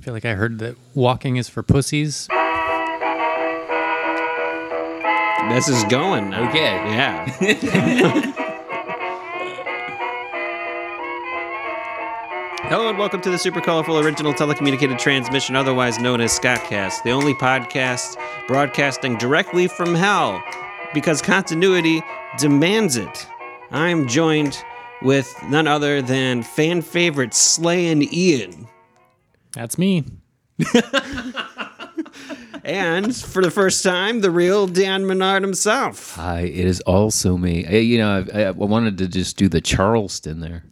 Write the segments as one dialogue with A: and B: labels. A: feel like I heard that walking is for pussies.
B: This is going. now.
C: Okay.
B: Yeah. Hello and welcome to the super colorful original telecommunicated transmission, otherwise known as Scottcast, the only podcast broadcasting directly from hell because continuity demands it. I'm joined with none other than fan favorite Slay and Ian.
A: That's me.
B: And for the first time, the real Dan Menard himself.
C: Hi, it is also me. I, you know, I, I wanted to just do the Charleston there.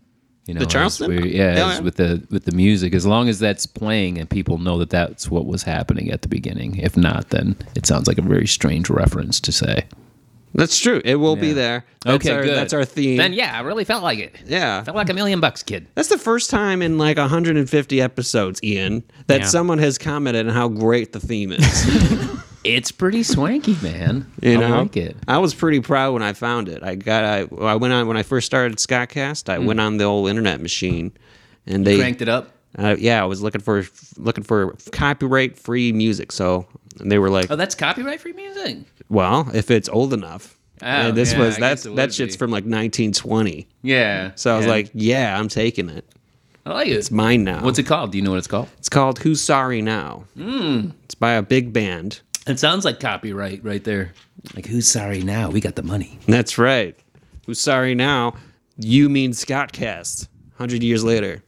C: You know, as
B: Charleston?
C: we- yeah,
B: Yeah,
C: as
B: yeah.
C: with the with the music. As long as that's playing and people know that that's what was happening at the beginning. If not, then it sounds like a very strange reference to say.
B: That's true. It will be
C: Yeah.
B: there. That's
C: okay,
B: our,
C: good.
B: That's our theme.
C: Then yeah, I really felt like it.
B: Yeah.
C: felt like a million bucks, kid.
B: That's the first time in like 150 episodes, Ian, that
A: Yeah.
B: someone has commented on how great the theme is.
C: It's pretty swanky, man.
B: You know,
C: I like it.
B: I was pretty proud when I found it. I got I, I went on when I first started Scottcast. I went on the old internet machine, and they
C: Hmm. Cranked it up.
B: Uh, yeah, I was looking for looking for copyright free music. So and they were like,
C: Oh, that's copyright free music.
B: well, if it's old enough.
C: Oh,
B: And this
C: yeah,
B: was
C: I
B: that's
C: guess it would
B: that shit's
C: be.
B: from like 1920.
C: Yeah.
B: So I was
C: Yeah. Oh,
B: like, yeah, I'm taking it.
C: I like it.
B: It's mine now.
C: What's it called? Do you know what it's called?
B: It's called Who's Sorry Now. It's by a big band.
C: It sounds like copyright right there. Like who's sorry now? We got the money.
B: That's right. Who's Sorry Now? You mean Scottcast. 100 years later.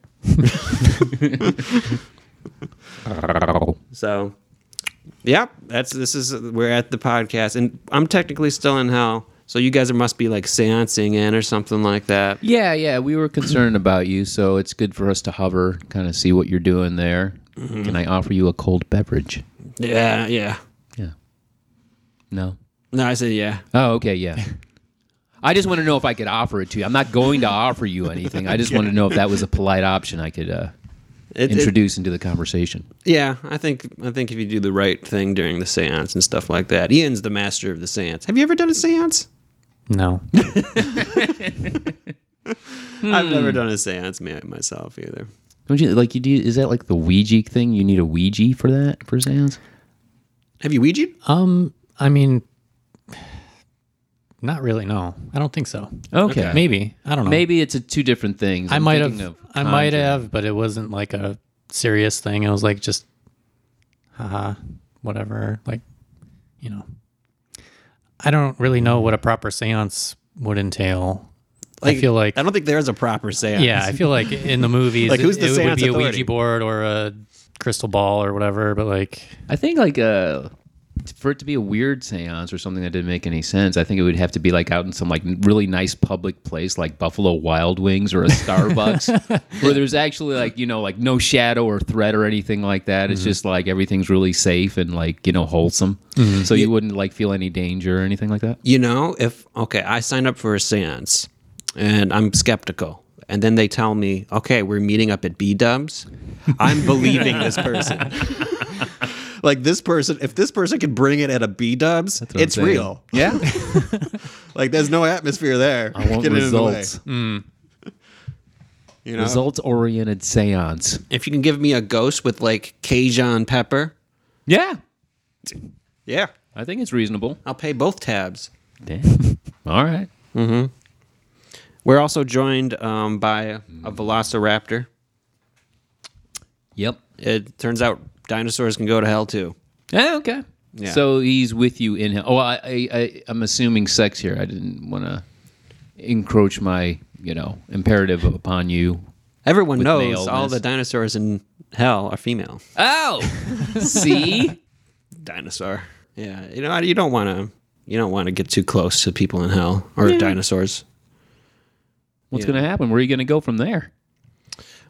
B: So, yep, that's this is we're at the podcast and I'm technically still in hell. So you guys must be like seancing in or something like that.
C: Yeah, yeah. We were concerned about you, so it's good for us to hover, kind of see what you're doing there. Can I offer you a cold beverage?
B: Yeah, yeah.
C: Yeah. No.
B: No, I said yeah.
C: Oh, okay, yeah. I just want to know if I could offer it to you. I'm not going to offer you anything. I just want to know if that was a polite option I could uh,
B: It- it-
C: introduce into the conversation.
B: Yeah, I think I think if you do the right thing during the séance and stuff like that, Ian's the master of the séance. Have you ever done a séance?
A: No.
B: I've never done a séance ma- myself either.
C: Don't you like you do? Is that like the Ouija thing? You need a Ouija for that for seance?
B: Have you Ouija?
A: Um, I mean, not really. No, I don't think so.
C: Okay. Maybe,
A: Maybe I don't know.
C: maybe it's a two different things.
A: I
C: I'm
A: might
C: thinking
A: have.
C: of
A: I might
C: conjuring.
A: have, but it wasn't like a serious thing. It was like just, haha, whatever. Like, you know, I don't really know what a proper séance would entail. I feel like
B: I don't think there's a proper séance.
A: Yeah, I feel like in the movies,
B: Like, who's the
A: it, it would
B: seance
A: be a
B: authority?
A: Ouija board or a crystal ball or whatever. But like,
C: I think like uh for it to be a weird seance or something that didn't make any sense, I think it would have to be like out in some like really nice public place like Buffalo Wild Wings or a Starbucks where there's actually like, you know, like no shadow or threat or anything like that.
B: Mm-hmm.
C: It's just like everything's really safe and like, you know, wholesome.
B: Mm-hmm.
C: So you wouldn't like feel any danger or anything like that.
B: You know, if okay, I sign up for a séance and I'm skeptical. And then they tell me, "Okay, we're meeting up at B Dubs." I'm believing this person. like this person, if this person can bring it at a B Dubs,
C: what I'm
B: it's
C: saying.
B: real.
C: Yeah.
B: Like there's no atmosphere there.
C: I want
B: Get it in the way, Mm-hmm.
C: results.
B: You know?
C: Results oriented seance.
B: If you can give me a ghost with like Cajun pepper,
C: Yeah.
B: yeah,
C: I think it's reasonable.
B: I'll pay both tabs.
C: Yeah. All right.
B: We're also joined um, by a, a velociraptor.
C: Yep.
B: It turns out dinosaurs can go to hell too.
C: Yeah, okay.
B: Yeah.
C: So he's with you in hell. Oh, I, I, I, I'm assuming sex here. I didn't want to encroach my, you know, imperative upon you.
B: Everyone knows
C: maleness.
B: all the dinosaurs in hell are female.
C: Oh, see,
B: Dinosaur. Yeah, you know you don't want to you don't want to get too close to people in hell or dinosaurs.
C: what's going to happen? Where are you going to go from there?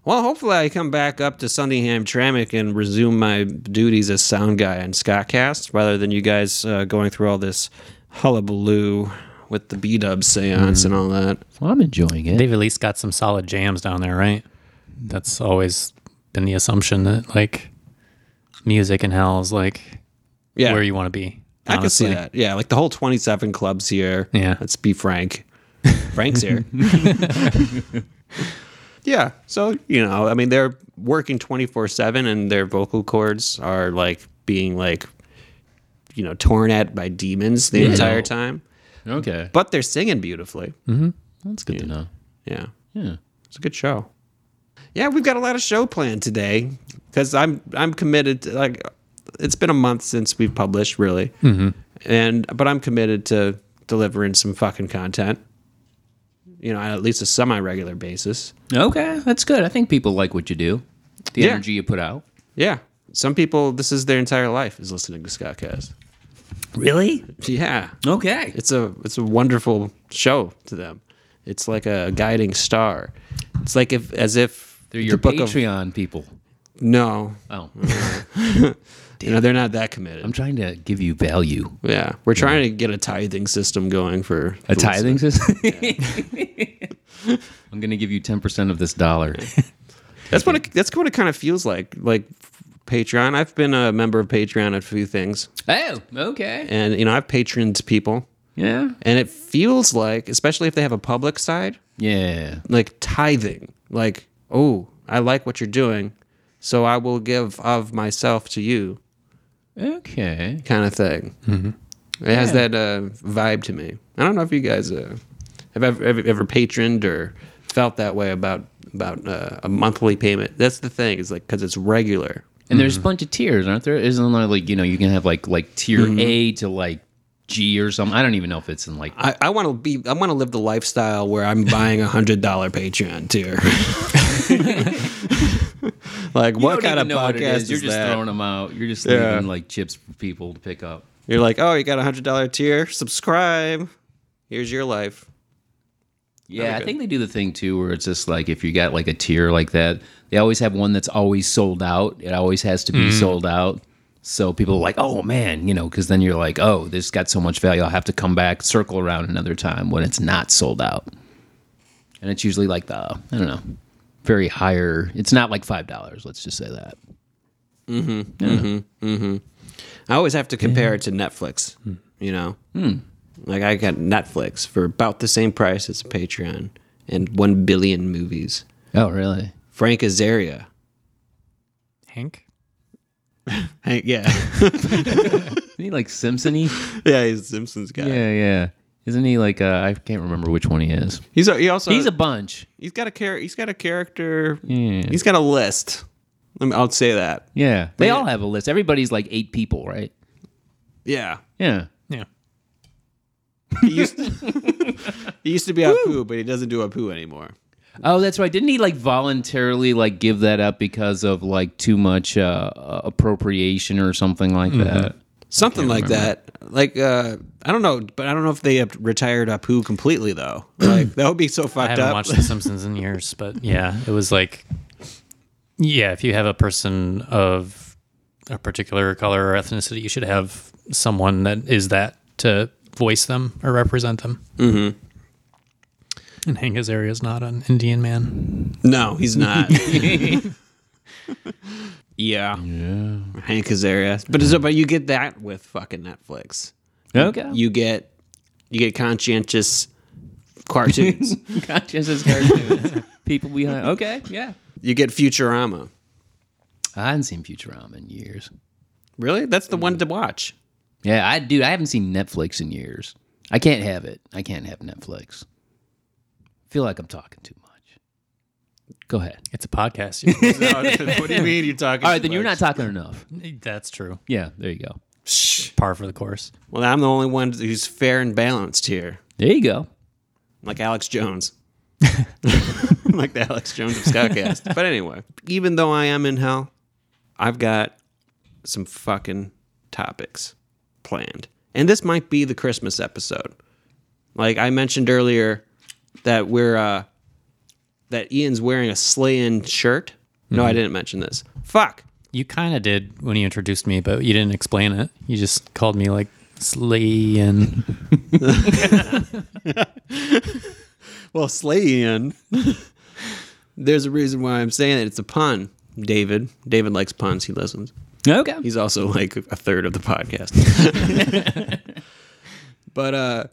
B: Well, hopefully I come back up to Sunnyham Tramick and resume my duties as sound guy on Scottcast, rather than you guys uh, going through all this hullabaloo with the B Dub seance
A: Mm-hmm.
B: and all that.
C: Well, I'm enjoying it.
A: they've at least got some solid jams down there, right? That's always been the assumption that like music in hell is like
B: Yeah,
A: where you want to be.
B: I can see
A: honestly.
B: that. Yeah, like the whole twenty-seven clubs here.
A: Yeah.
B: let's be frank. Frank's here. Yeah. So, you know, I mean, they're working 24 7 and their vocal cords are like being like, you know, torn at by demons the entire time,
C: Okay.
B: but they're singing beautifully.
C: That's good to know.
B: Yeah.
C: Yeah.
B: It's a good show. Yeah, we've got a lot of show planned today because I'm I'm committed to like it's been a month since we've published really, mm-hmm. and but I'm committed to delivering some fucking content. You know, on at least a semi regular basis.
C: Okay. That's good. I think people like what you do, the
B: Yeah.
C: energy you put out.
B: Yeah, some people this is their entire life is listening to Scottcast.
C: Really?
B: Yeah,
C: Okay.
B: it's a it's a wonderful show to them. It's like a guiding star. It's like if as if
C: They're your
B: the book of-
C: Patreon people.
B: no,
C: Oh,
B: you know they're not that committed.
C: I'm trying to give you value.
B: Yeah, we're trying to get a tithing system going for
C: A tithing system. I'm going to give you 10% of this dollar.
B: That's what it, that's what it kind of feels like. Like Patreon, I've been a member of Patreon at a few things,
C: oh, okay.
B: and you know I've patroned people,
C: Yeah.
B: and it feels like, especially if they have a public side,
C: Yeah.
B: like tithing. Like, oh, I like what you're doing, so I will give of myself to you,
C: Okay.
B: kind of thing. It has that uh, vibe to me. I don't know if you guys uh, have ever, ever ever patroned or felt that way about about uh, a monthly payment. That's the thing is like because it's regular.
C: And there's a bunch of tiers, aren't there? Isn't there like you know you can have like like tier A to like G or something? I don't even know if it's in like
B: I, I want to be. I want to live the lifestyle where I'm buying a hundred dollar Patreon tier. like what kind of podcast is
C: You're just
B: that?
C: throwing them out. You're just
B: Yeah.
C: leaving like chips for people to pick up.
B: You're like, oh, you got a hundred dollar tier. Subscribe. Here's your life.
C: Yeah, I think they do the thing too where it's just like if you got like a tier like that, they always have one that's always sold out. It always has to be sold out. So people are like, oh man, you know, because then you're like, oh, this got so much value. I'll have to come back, circle around another time when it's not sold out. And it's usually like the, I don't know, very higher. It's not like $5. Let's just say that.
B: I always have to compare it to Netflix.
C: Hmm.
B: You know, like I got Netflix for about the same price as Patreon and one billion movies.
C: Oh, really?
B: Frank Azaria.
A: Hank?
B: Hank, yeah,
C: Isn't he like Simpson y?
B: yeah, he's a Simpsons guy.
C: yeah, yeah. Isn't he like, uh, I can't remember which one he is.
B: He's a, he also
C: He's a bunch.
B: He's got a char- He's got a character.
C: Yeah.
B: He's got a list. Let me, I'll say that.
C: Yeah. They all have a list. Everybody's like eight people, right?
B: Yeah.
C: Yeah.
A: Yeah.
B: He used to, he used to be a poo, but he doesn't do a poo anymore.
C: Oh, that's right. Didn't he like voluntarily like give that up because of like too much uh, appropriation or something like that?
B: Something like that. Like uh, I don't know, but I don't know if they have retired Apu completely though. Like that would be so
A: I
B: fucked
A: haven't
B: up.
A: watched The Simpsons in years, but yeah, it was like, yeah, if you have a person of a particular color or ethnicity, you should have someone that is that to voice them or represent them. Mm-hmm. And Hank Azaria is not an Indian man.
B: no, he's not. yeah. Yeah. Hank Azaria, but so, but you get that with fucking Netflix.
C: Okay.
B: You get you get conscientious cartoons.
C: conscientious cartoons. people behind. Okay. Yeah.
B: you get Futurama.
C: I haven't seen Futurama in years.
B: Really? That's the one to watch.
C: Yeah, I dude, I haven't seen Netflix in years. I can't have it. I can't have Netflix. Feel like I'm talking too much. Go ahead.
A: It's a podcast. you
B: no, what do you mean you're talking?
C: All right, then you're not talking enough.
A: know. That's true.
C: Yeah, there you go.
A: Par for the course.
B: Well, I'm the only one who's fair and balanced here,
C: There you go.
B: like Alex Jones. like the Alex Jones of Scottcast. but anyway, even though I am in hell, I've got some fucking topics planned. And this might be the Christmas episode. Like I mentioned earlier that we're uh that Ian's wearing a sleigh shirt. No, I didn't mention this. Fuck.
A: You kind of did when you introduced me, but you didn't explain it. You just called me like Slee and
B: Well, Slayin. There's a reason why I'm saying it. It's a pun, David. David likes puns. He listens.
C: Okay.
B: He's also like a third of the podcast. but uh,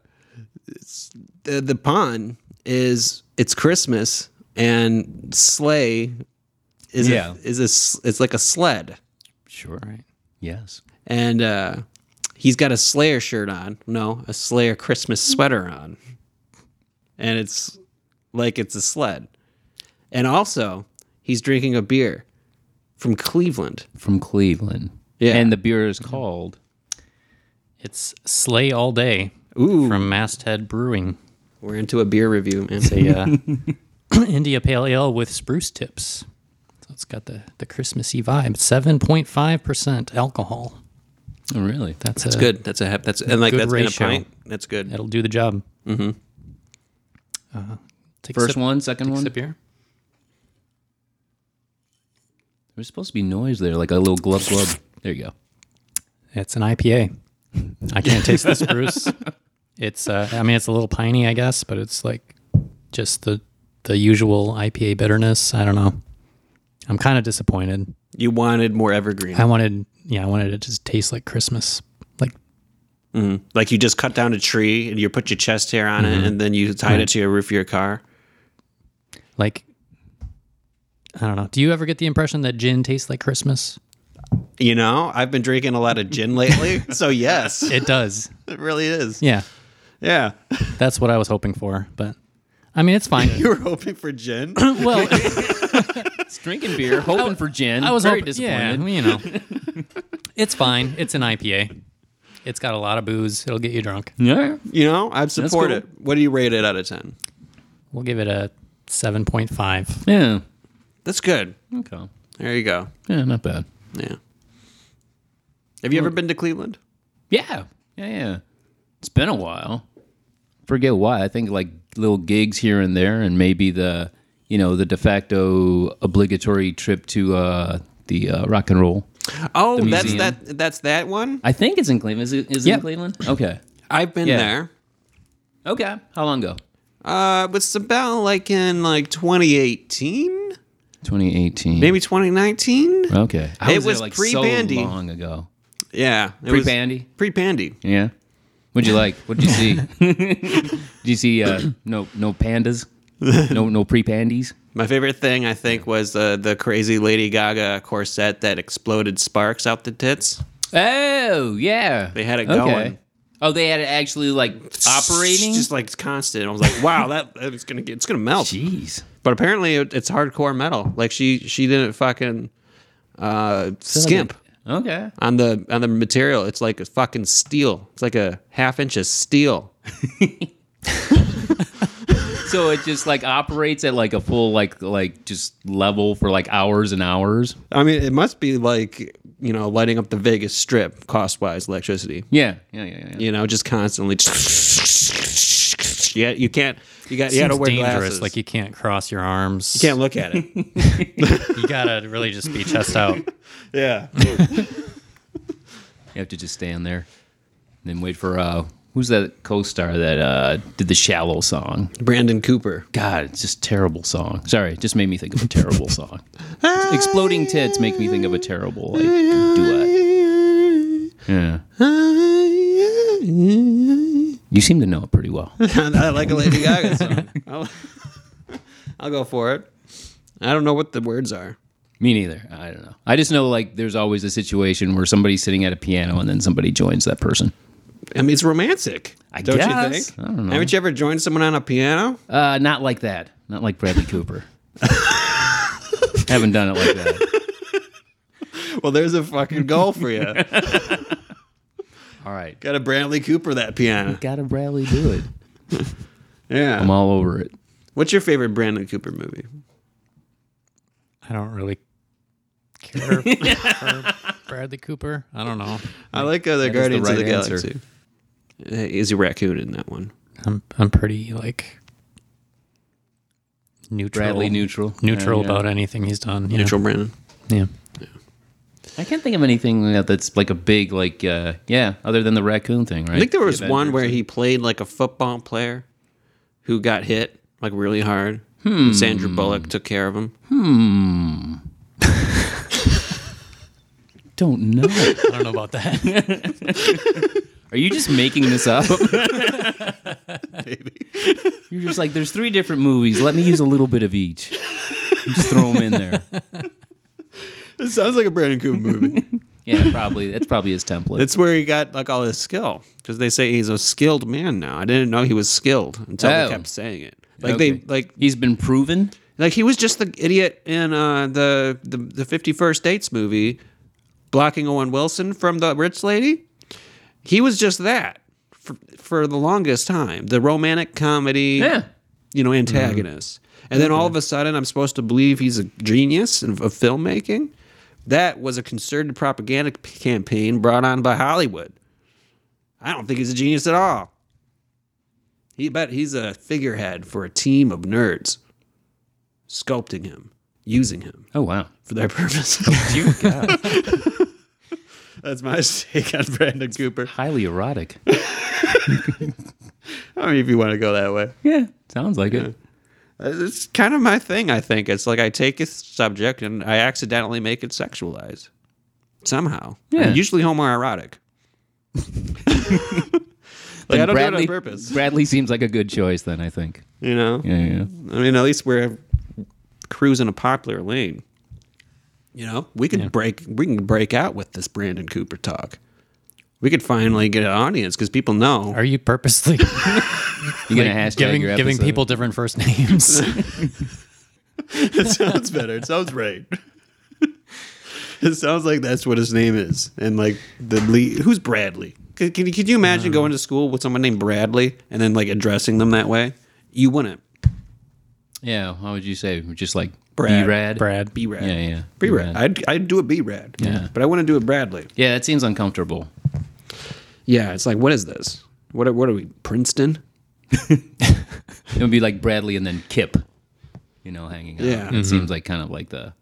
B: it's, the the pun is it's Christmas and sleigh is
C: Yeah.
B: a, is a s it's like a sled,
C: Sure.
A: Right.
C: Yes.
B: and uh, he's got a Slayer shirt on. No, a Slayer Christmas sweater on, and it's like it's a sled, and also he's drinking a beer from Cleveland.
C: From Cleveland.
B: Yeah.
C: And the beer is called.
A: It's Slay All Day
B: Ooh,
A: from Masthead Brewing.
B: we're into a beer review, man.
A: It's a uh, India Pale Ale with spruce tips. So it's got the, the Christmassy vibe. 7.5% alcohol.
C: Oh, really?
A: That's,
B: That's
A: a,
B: good. That's a hep. That's and like
A: good
B: that's
A: ratio.
B: in a pint. That's good.
A: That'll do the job. Mm-hmm. Uh, take
C: First
A: a sip,
C: one, second
A: Take a
C: one.
A: sip here.
C: There's supposed to be noise there, like a little glub glub. There you go.
A: It's an IPA. I can't taste the spruce. It's uh, I mean it's a little piney, I guess, but it's like just the the usual IPA bitterness. I don't know. I'm kind of disappointed.
B: You wanted more evergreen.
A: I wanted yeah, I wanted it to just taste like Christmas. Like
B: Like you just cut down a tree and you put your chest hair on it and then you tied it to your roof of your car.
A: like I don't know. Do you ever get the impression that gin tastes like Christmas?
B: You know, I've been drinking a lot of gin lately. so yes, it,
A: It does.
B: really is.
A: yeah.
B: Yeah.
A: That's what I was hoping for, but I mean it's fine.
B: You were hoping for gin?
A: well,
C: It's drinking beer, hoping for gin.
A: I was
C: very
A: hoping,
C: disappointed.
A: Yeah, you know, it's fine. It's an IPA. It's got a lot of booze. It'll get you drunk.
C: Yeah.
B: you know, I'd support
C: cool.
B: it. What do you rate it out of 10?
A: We'll give it a seven point five.
C: Yeah.
B: That's good.
C: Okay.
B: There you go.
C: Yeah, not bad.
B: Yeah. Have you ever been to Cleveland?
C: Yeah. Yeah, yeah. It's been a while. Forget why. I think like little gigs here and there and maybe the you know, the de facto obligatory trip to uh the uh, rock and roll.
B: Oh, that's
C: museum.
B: that that's that one.
C: I think it's in Cleveland. Is it, is it
A: Yeah.
C: in Cleveland? Okay.
B: I've been
C: Yeah.
B: there.
C: Okay. How long ago?
B: Uh, but it's about like in like 2018,
C: 2018.
B: maybe 2019.
C: Okay. I
B: It
C: there,
B: was
C: so
B: pre-bandy.
C: long ago.
B: Yeah, it was-
C: Pre-bandy.
B: Pre-pandy.
C: Yeah. What'd you like? What'd you see? Did you see uh, no no pandas? No no pre-pandies?
B: My favorite thing I think was the the crazy Lady Gaga corset that exploded sparks out the tits.
C: Oh yeah,
B: They had it
C: Okay.
B: going.
C: Oh, they had it actually like operating.
B: just like constant. I was like, wow, that it's gonna get, it's gonna melt.
C: Jeez.
B: But apparently, it, it's hardcore metal. Like she she didn't fucking uh, skimp
C: Okay.
B: on the on the material. It's like a fucking steel. It's like a half inch of steel.
C: So it just like operates at like a full like like just level for like hours and hours.
B: I mean, it must be like you know lighting up the Vegas Strip cost wise electricity.
C: Yeah. Yeah. Yeah. Yeah.
B: you know, just constantly. yeah, you can't. You got. You got to
A: Seems
B: wear
A: dangerous.
B: glasses.
A: Like you can't cross your arms. You
B: can't look at it.
A: You gotta really just be chest out.
B: yeah.
C: You have to just stand there, and then wait for uh, who's that co-star that uh did the shallow song?
B: Brandon Cooper.
C: God, it's just terrible song. Sorry, it just made me think of a terrible song. Exploding tits make me think of a terrible like duet. Yeah.
B: I
C: You seem to know it pretty well.
B: like a Lady Gaga song. I'll, I'll go for it. I don't know what the words are.
C: Me neither. I don't know. I just know like there's always a situation where somebody's sitting at a piano and then somebody joins that person.
B: I mean, it's romantic.
C: I
B: don't you
C: guess.
B: think?
C: I don't know.
B: Haven't you ever joined someone on a piano?
C: Uh, not like that. Not like Bradley Cooper. Haven't done it like that.
B: Well, there's a fucking goal for you.
C: All right.
B: got to Bradley Cooper that piano.
C: Gotta Bradley do it. I'm
B: Yeah.
C: all over it.
B: What's your favorite Brandon Cooper movie?
A: I don't really care for Bradley Cooper. I don't know.
B: I like uh, the
C: is the
B: Guardians of the
C: right answer.
B: Galaxy. Uh, Is a raccoon in that one?
A: I'm I'm pretty like neutral.
C: Bradley neutral.
A: Neutral
C: Yeah, yeah.
A: about anything he's done. Yeah.
B: Neutral Brandon.
A: Yeah.
C: I can't think of anything that- that's like a big like uh yeah, other than the raccoon thing, right?
B: I think there was
C: The
B: one
C: Avengers.
B: where he played like a football player who got hit like really hard. And Sandra Bullock took care of him.
C: don't know.
A: I don't know about that.
C: Are you just making this up?
B: baby.
C: You're just like, there's three different movies. Let me use a little bit of each. Just throw them in there.
B: It sounds like a Brandon Cooper movie.
C: Yeah, probably. That's probably his template.
B: That's where he got like all his skill because they say he's a skilled man now. I didn't know he was skilled until
C: Oh.
B: they kept saying it. Like
C: Okay.
B: they like
C: He's been proven.
B: like he was just the idiot in uh, the the the Fifty First Dates movie, blocking Owen Wilson from the rich lady. He was just that for, for the longest time, the romantic comedy,
C: Yeah.
B: you know, antagonist. And then all of a sudden, I'm supposed to believe he's a genius of, of filmmaking. That was a concerted propaganda p- campaign brought on by Hollywood. I don't think he's a genius at all. He bet he's a figurehead for a team of nerds sculpting him, using him
C: Oh wow.
B: for their purpose.
C: Oh,
B: That's my take on Brandon Cooper.
C: Highly erotic.
B: I mean, if you want to go that way, Uh,
C: yeah. Sounds like it.
B: it's kind of my thing. I think it's like I take a subject and I accidentally make it sexualized somehow.
C: Yeah.
B: usually homoerotic. like I don't do it on purpose.
C: Bradley seems like a good choice then, I think.
B: You know.
C: Yeah, yeah.
B: I mean, at least we're cruising a popular lane. You know, we could break we can break out with this Brandon Cooper talk. We could finally get an audience because people know.
A: Are you purposely
C: You're
A: like,
C: gonna hashtag
A: giving
C: your
A: giving
C: episode.
A: people different first names?
B: it sounds better. It sounds right. it sounds like that's what his name is, and like the lead, who's Bradley? Could, can, you- could you imagine going to school with someone named Bradley and then like addressing them that way? You wouldn't.
C: Yeah, how would you say? Just like
B: Brad.
C: B-rad?
A: Brad.
B: Be rad.
C: Yeah, yeah.
B: Be rad. I'd, I'd do a be rad.
C: Yeah.
B: But I wouldn't do a Bradley.
C: Yeah, that seems uncomfortable.
B: Yeah, it's like, what is this? What are, what are we, Princeton?
C: It would be like Bradley and then Kip, you know, hanging out.
B: Yeah.
C: It seems like kind of like the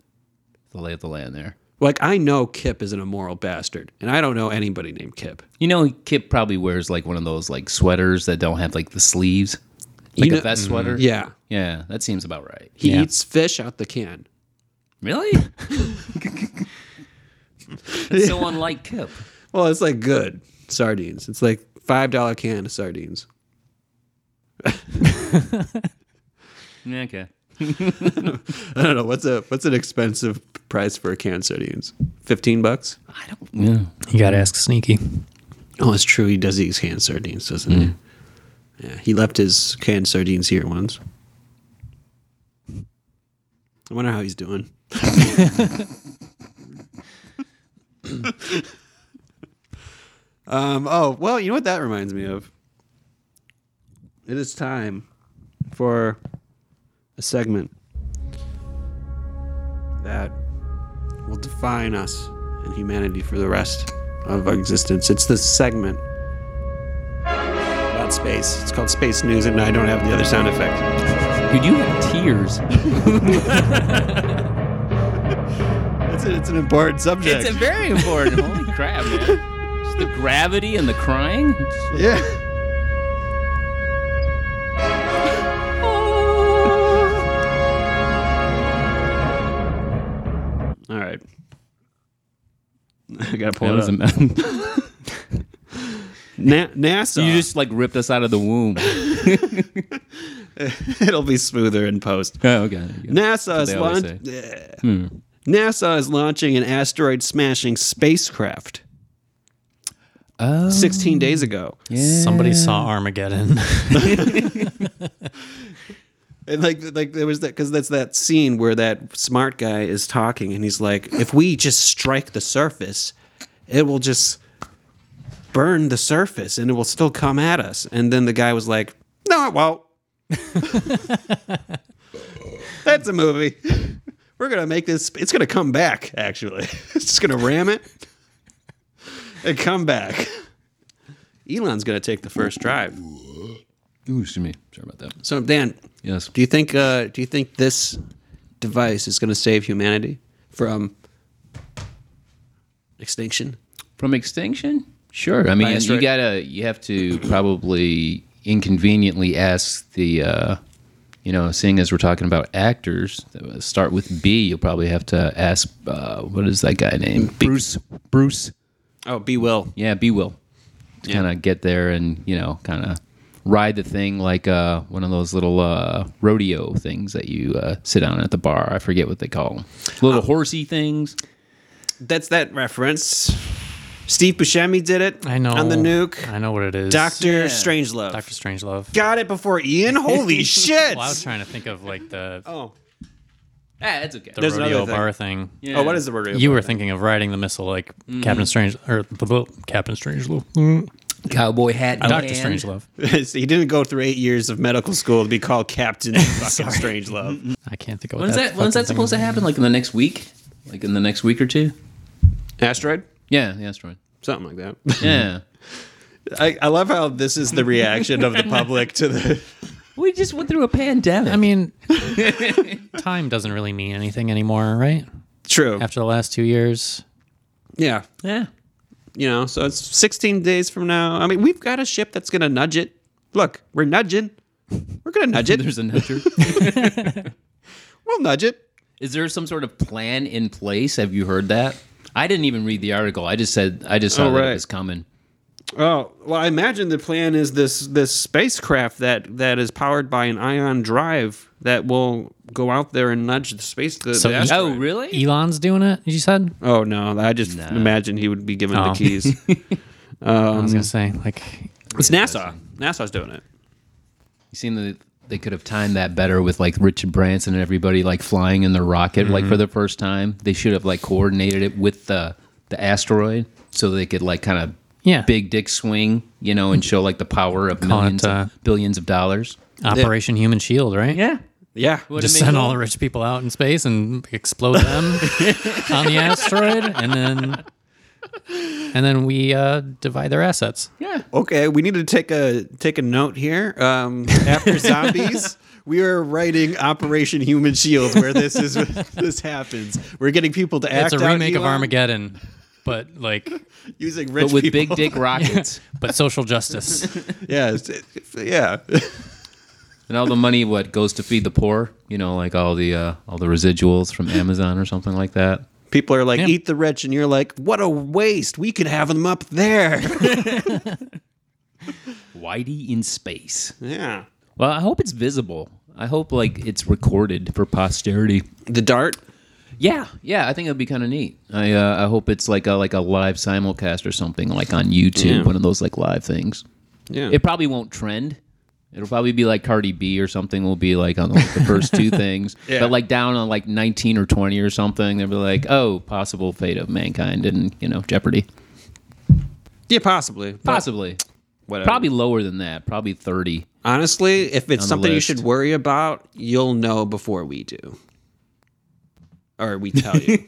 C: the lay of the land there.
B: Like, I know Kip is an immoral bastard, and I don't know anybody named Kip.
C: You know, Kip probably wears like one of those like sweaters that don't have like the sleeves, like
B: You
C: a
B: know-
C: vest sweater.
B: Yeah,
C: yeah, that seems about right.
B: he
A: Yeah.
B: eats fish out the can.
C: Really? That's so unlike Kip.
B: Well, it's like good sardines. It's like five dollar can of sardines.
C: Yeah, okay.
B: I don't know what's a what's an expensive price for a can of sardines. Fifteen bucks.
C: I don't. Yeah.
A: You gotta ask Sneaky.
B: Oh, it's true. He does eat canned sardines, doesn't he? Yeah, he left his canned sardines here once. I wonder how he's doing. um, oh, well, you know what that reminds me of? It is time for a segment that will define us and humanity for the rest of our existence. It's this segment about space. It's called Space News, and I don't have the other sound effect.
C: Dude, you have tears.
B: It's, a, it's an important subject.
C: It's a very important. Holy crap, man. Just the gravity and the crying.
B: yeah. All right. I gotta pull
C: That
B: it up.
C: was a,
B: Na- NASA.
C: you just like ripped us out of the womb.
B: It'll be smoother in post.
C: Oh, okay.
B: NASA is
C: they always Hmm.
B: launch- Yeah. NASA is launching an asteroid smashing spacecraft.
C: Oh.
B: 16 days ago.
A: Somebody saw Armageddon.
B: And like like there was that because that's that scene where that smart guy is talking and he's like, if we just strike the surface, it will just burn the surface and it will still come at us. And then the guy was like, no, it won't. that's a movie. We're gonna make this. It's gonna come back. Actually, it's just gonna ram it and come back. Elon's gonna take the first drive.
C: Ooh, excuse me. Sorry about that.
B: So Dan,
C: Yes.
B: Do you think? Uh, do you think this device is going to save humanity from extinction?
C: From extinction? Sure. I mean,
B: asteroid.
C: you gotta, you have to probably inconveniently ask the, uh, you know, seeing as we're talking about actors, uh, start with B. You'll probably have to ask, uh, what is that guy named? Bruce. Bruce.
B: Oh, be will.
C: Yeah, B. Will. To kind of get there and you know, kind of ride the thing like uh, one of those little uh, rodeo things that you uh, sit on at the bar. I forget what they call them. Little horsey things.
B: That's that reference. Steve Buscemi did it.
A: I know.
B: On the nuke.
A: I know what it is.
B: Doctor
C: Yeah.
B: Strangelove.
A: Doctor Strangelove.
B: Got it before Ian. Holy shit!
A: Well, I was trying to think of like the,
B: oh,
C: Ah, that's okay.
A: the
B: there's
A: rodeo
B: another thing.
A: bar thing.
C: Yeah.
B: oh, what is the word?
A: You were thinking of riding the missile like
C: Mm-hmm.
A: Captain Strange or Captain Strangelove.
C: Cowboy hat.
A: Doctor Strangelove.
B: he didn't go through eight years of medical school to be called Captain fucking Strangelove.
A: I can't think of what
C: When's that? When's that supposed to happen? Like in the next week? Like in the next week or two?
B: Asteroid,
C: Yeah, the asteroid.
B: something like that.
C: Yeah.
B: I, I love how this is the reaction of the public to the.
C: we just went through a pandemic.
A: I mean, time doesn't really mean anything anymore, right?
B: True.
A: After the last two years,
B: Yeah.
C: yeah.
B: You know, so it's 16 days from now. I mean, we've got a ship that's gonna nudge it. Look, we're nudging. We're gonna nudge it.
C: There's a nudger.
B: We'll nudge it.
C: Is there some sort of plan in place? Have you heard that? I didn't even read the article. I just said I just saw
B: Oh,
C: that
B: right.
C: it was coming.
B: Oh well, I imagine the plan is this this spacecraft that that is powered by an ion drive that will go out there and nudge the space. The,
A: So
B: the
A: you-
B: asteroid.
C: Oh, really?
A: Elon's doing it. You said
B: oh no, I just imagine he would be given the
A: Oh.
B: keys.
A: I was gonna say like
B: it's NASA. NASA's doing it.
C: You seen that they could have timed that better with like Richard Branson and everybody like flying in the rocket like for the first time. They should have like coordinated it with the the asteroid so they could like kind of
A: Yeah.
C: big dick swing, you know, and show like the power of
A: Call it,
C: millions
A: uh,
C: of billions of dollars.
A: Operation Human Shield, right?
C: Yeah.
B: Yeah,
A: Just send all the rich people out in space and explode them on the asteroid, and then and then we uh, divide their assets.
C: Yeah.
B: Okay, we need to take a take a note here. Um, after zombies, we are writing Operation Human Shield, where this is this happens. We're getting people to act.
A: It's a
B: out
A: remake of
B: Elon,
A: Armageddon, but like
B: using rich
C: But with
B: people.
C: big dick rockets.
A: but social justice.
B: Yeah, it's- yeah.
C: And all the money what goes to feed the poor, you know, like all the uh, all the residuals from Amazon or something like that.
B: People are like,
A: Yeah.
B: "Eat the rich," and you're like, "What a waste! We could have them up there."
C: Whitey in space.
B: yeah,
C: Well, I hope it's visible. I hope like it's recorded for posterity.
B: the dart.
C: Yeah, yeah, I think it'd be kind of neat. I uh, I hope it's like a like a live simulcast or something like on YouTube,
B: Yeah.
C: one of those like live things.
B: Yeah,
C: It probably won't trend. It'll probably be like Cardi B or something. Will be like on like, the first two things,
B: Yeah.
C: but like down on like nineteen or twenty or something, they'll be like, "Oh, possible fate of mankind," and you know, Jeopardy.
B: yeah, possibly.
C: Possibly,
B: Whatever.
C: probably lower than that. Probably thirty.
B: Honestly, if it's
C: the
B: something you
C: list.
B: should worry about, you'll know before we do, or we tell you.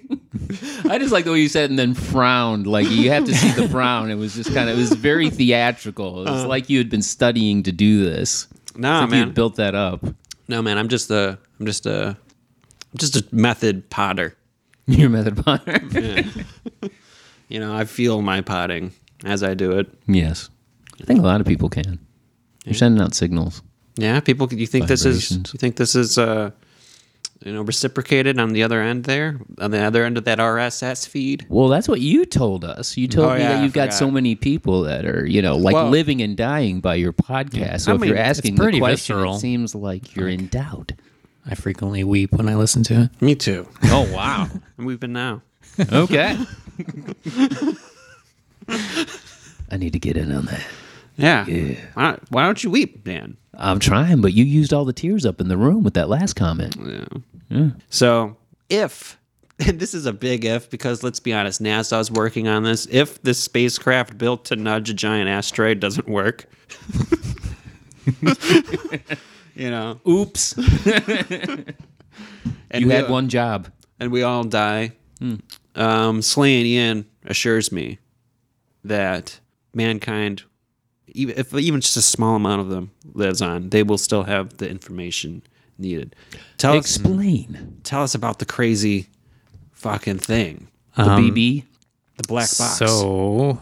C: I just like the way you said it and then frowned. Like you have to see the frown. It was just kind of it was very theatrical. It was
B: Uh-huh.
C: like you had been studying to do this.
B: nah,
C: like you
B: man.
C: had built that up.
B: No, man, I'm just a, I'm just a, I'm just a method potter.
C: Your method partner.
B: You know, I feel my potting as I do it.
C: yes. I think a lot of people can. You're sending out signals.
B: Yeah, people. You think this is?
C: Vibrations.
B: You think this is? Uh, you know, reciprocated on the other end there, on the other end of that RSS feed.
C: Well, that's what you told us. You told
B: Oh,
C: me
B: yeah, I
C: that you've got
B: forgot.
C: so many people that are, you know, like
B: Well-
C: living and dying by your podcast. So
B: I
C: if
B: mean,
C: you're
B: it's
C: asking
A: pretty
C: the question,
A: visceral.
C: it seems like you're in doubt.
A: I frequently weep when I listen to it.
B: Me too.
C: Oh wow.
B: And we've been now.
C: okay. I need to get in on that.
B: Yeah. Why, don't, why don't you weep, Dan?
C: I'm trying, but you used all the tears up in the room with that last comment.
B: So if and this is a big if because let's be honest, NASA's working on this. If this spacecraft built to nudge a giant asteroid doesn't work, you know,
C: Oops.
B: and
C: You
B: we,
C: had one Hmm. job.
B: and we all die. Um, Slay and Ian assures me that mankind, even if even just a small amount of them lives on, they will still have the information needed. Tell us,
C: Explain.
B: tell us about the crazy fucking thing.
C: The BB.
B: the black box.
A: So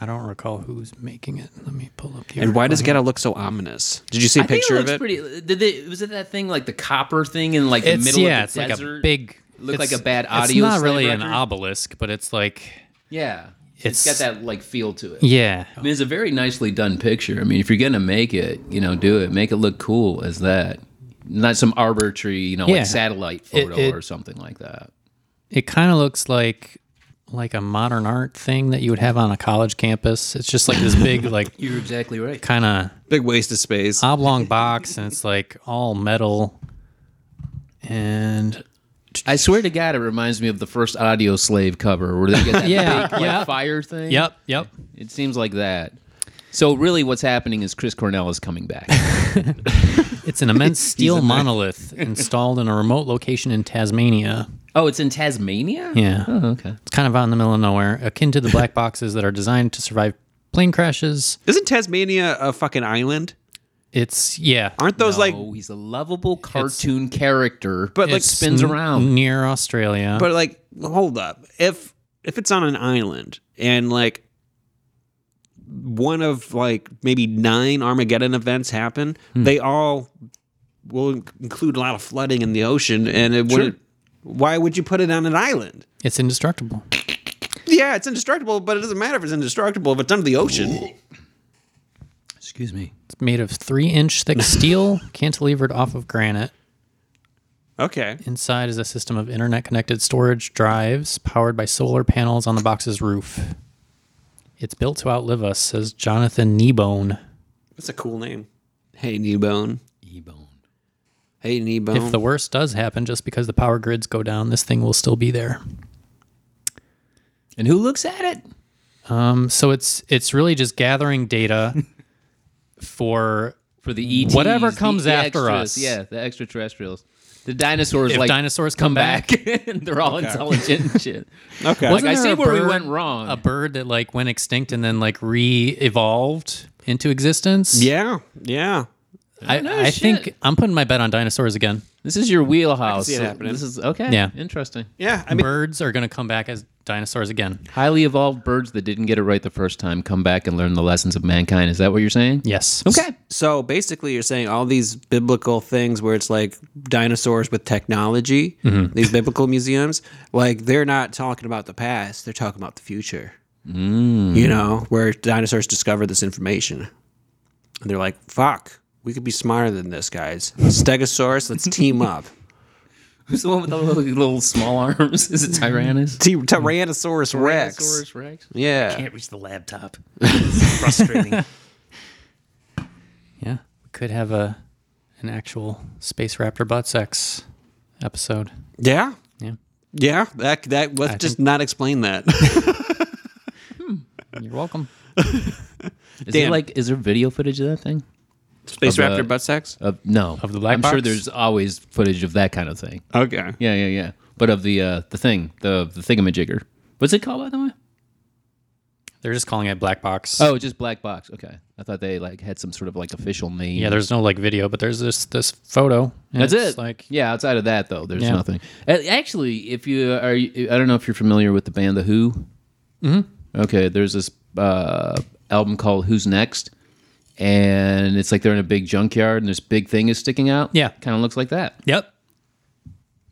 A: I don't recall who's making it. Let me pull up here.
B: and why does it gotta look so ominous? Did you see a
C: I think
B: picture
C: it looks
B: of it?
C: pretty. Did they, was it that thing like the copper thing in like
A: it's
C: the middle
A: yeah,
C: of
A: it's
C: the
A: like
C: desert?
A: a big
C: look
A: it's-
C: like a bad
A: It's
C: audio
A: not
C: slave
A: really an
C: record?
A: obelisk, but it's like
C: Yeah.
A: it's,
C: It's got that like feel to it.
A: yeah
C: I mean, it's a very nicely done picture. I mean, if you're gonna make it, you know, do it. Make it look cool as that, not some arbitrary, you know,
A: Yeah.
C: like satellite photo
A: it-
C: or something like that.
A: it kind of looks like like a modern art thing that you would have on a college campus it's just like this big like
C: You're exactly right.
A: kind of
B: Big waste of space.
A: oblong box and it's like all metal and
C: I swear to God, it reminds me of the first Audio Slave cover where they get that
A: Yeah,
C: big like,
A: yep.
C: fire thing.
A: yep yep
C: It seems like that. So really, what's happening is Chris Cornell is coming back.
A: it's an immense steel monolith installed in a remote location in tasmania
C: oh, it's in Tasmania.
A: yeah
C: Oh, okay.
A: it's kind of out in the middle of nowhere akin to the black boxes that are designed to survive plane crashes
B: Isn't Tasmania a fucking island?
A: it's yeah
B: Aren't those like?
C: oh, he's a lovable cartoon character,
B: But like,
A: It's
C: spins
A: n-
C: around.
A: near australia
B: but like, hold up. If if it's on an island and like one of like maybe nine Armageddon events happen,
C: Hmm.
B: they all will include a lot of flooding in the ocean, and it would. not Why would you put it on an island?
A: it's indestructible
B: Yeah, it's indestructible, but it doesn't matter if it's indestructible if it's under the ocean.
A: mm.
C: excuse me.
A: It's made of three inch thick steel, cantilevered off of granite.
B: Okay.
A: Inside is a system of internet connected storage drives powered by solar panels on the box's roof. It's built to outlive us, says Jonathan Kneebone.
B: That's a cool name. Hey, Kneebone.
C: E-bone.
B: Hey, Kneebone.
A: If the worst does happen, just because the power grids go down, this thing will still be there.
C: And who looks at it?
A: Um, so it's it's really just gathering data for
C: for the ETs,
A: Whatever
C: the
A: comes after
C: extras,
A: us.
C: Yeah, the extraterrestrials. The dinosaurs
A: If
C: like
A: dinosaurs come back.
C: and they're all intelligent and shit.
B: okay.
C: Like
A: Wasn't
C: I
A: there
C: see
A: a
C: where we
A: bird-
C: went wrong.
A: a bird that like went extinct and then like re-evolved into existence.
B: yeah, yeah.
A: I,
C: No
A: I
C: shit.
A: think I'm putting my bet on dinosaurs again.
C: this is your wheelhouse.
B: see it
C: So
B: happening.
C: This is okay.
A: Yeah.
C: interesting.
B: Yeah, I mean,
A: birds are going to come back as dinosaurs again.
C: Highly evolved birds that didn't get it right the first time come back and learn the lessons of mankind. Is that what you're saying?
A: Yes.
C: Okay.
B: so basically, you're saying all these biblical things where it's like dinosaurs with technology, these biblical museums, like they're not talking about the past, they're talking about the future. You know, where dinosaurs discovered this information. And they're like, fuck, we could be smarter than this, guys. Stegosaurus, let's team up.
C: Who's the one with the little, little small arms? Is it Tyrannus?
B: T- Tyrannosaurus Rex.
C: Tyrannosaurus Rex.
B: Yeah.
D: can't reach the laptop. It's frustrating.
A: Yeah. We could have a an actual Space Raptor butt sex episode.
B: Yeah.
A: Yeah.
B: Yeah. That that let's just not explain that.
A: You're welcome.
C: Is
B: Damn.
C: it like? Is there video footage of that thing?
B: Space
C: Of, uh,
B: Raptor butt sex.
C: Of no.
A: Of the black
C: I'm sure
A: box?
C: there's always footage of that kind of thing.
B: Okay.
C: Yeah, yeah, yeah. But of the uh, the thing, the the thingamajigger. What's it called by the way?
A: They're just calling it black box.
C: Oh, just black box. Okay, I thought they like had some sort of like official name.
A: Yeah, there's no like video, but there's this this photo. and
C: that's
A: it's
C: it.
A: Like
C: yeah, outside of that though, there's
A: Yeah.
C: nothing. A- Actually, if you are, you- I don't know if you're familiar with the band The Who. Mm-hmm. Okay, there's this uh, album called Who's Next, and it's like they're in a big junkyard and this big thing is sticking out.
A: Yeah.
C: kind of looks like that.
A: Yep.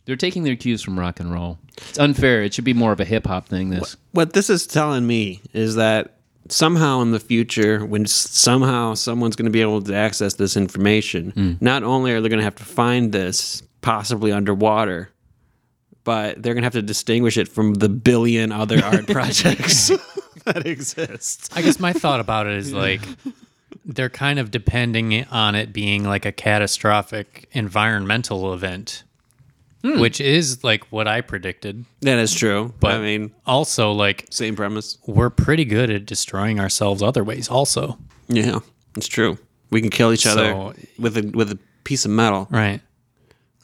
C: They're taking their cues from rock and roll. It's unfair. It should be more of a hip hop thing. This.
B: What this is telling me is that somehow in the future, when s- somehow someone's going to be able to access this information,
A: Mm.
B: not only are they going to have to find this possibly underwater, but they're going to have to distinguish it from the billion other art projects that exist.
A: I guess my thought about it is like they're kind of depending on it being like a catastrophic environmental event, which is like what I predicted.
B: That is true. But
A: But
B: I mean,
A: also like
B: same premise.
A: we're pretty good at destroying ourselves other ways. Also,
B: Yeah, it's true. We can kill each other
A: So-
B: with a with a piece of metal.
A: Right.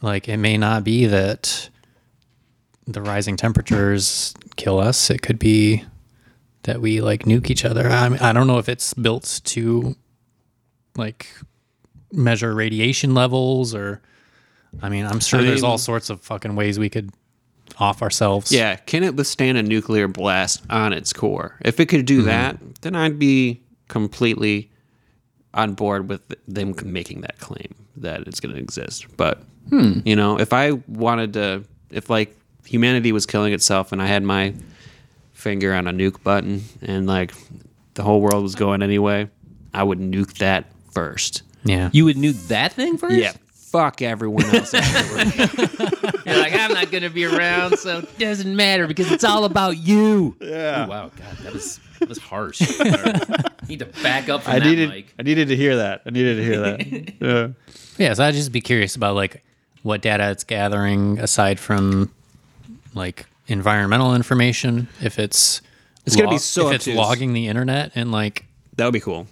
A: Like it may not be that the rising temperatures kill us. It could be that we like nuke each other. I mean, I don't know if it's built to like measure radiation levels or I mean, I'm sure there's
B: mean-
A: all sorts of fucking ways we could off ourselves.
B: Yeah, can it withstand a nuclear blast on its core? If it could do that, then I'd be completely on board with them making that claim that it's going to exist. But you know, if I wanted to, if like humanity was killing itself and I had my finger on a nuke button and like the whole world was going anyway, I would nuke that first.
A: Yeah.
C: You would nuke that thing first?
B: Yeah. Fuck everyone else. afterward.
C: You're like, I'm not going to be around, so it doesn't matter because it's all about you. Yeah. wow, God, that was, that was harsh. All right. Need to back up from
B: I
C: that,
B: needed
C: Mike.
B: I needed to hear that. I needed to hear that. Yeah.
A: Yeah, so I'd just be curious about like what data it's gathering aside from like environmental information. If it's
B: It's gonna be so
A: if it's
B: obtuse.
A: logging the internet and like
B: That would be cool.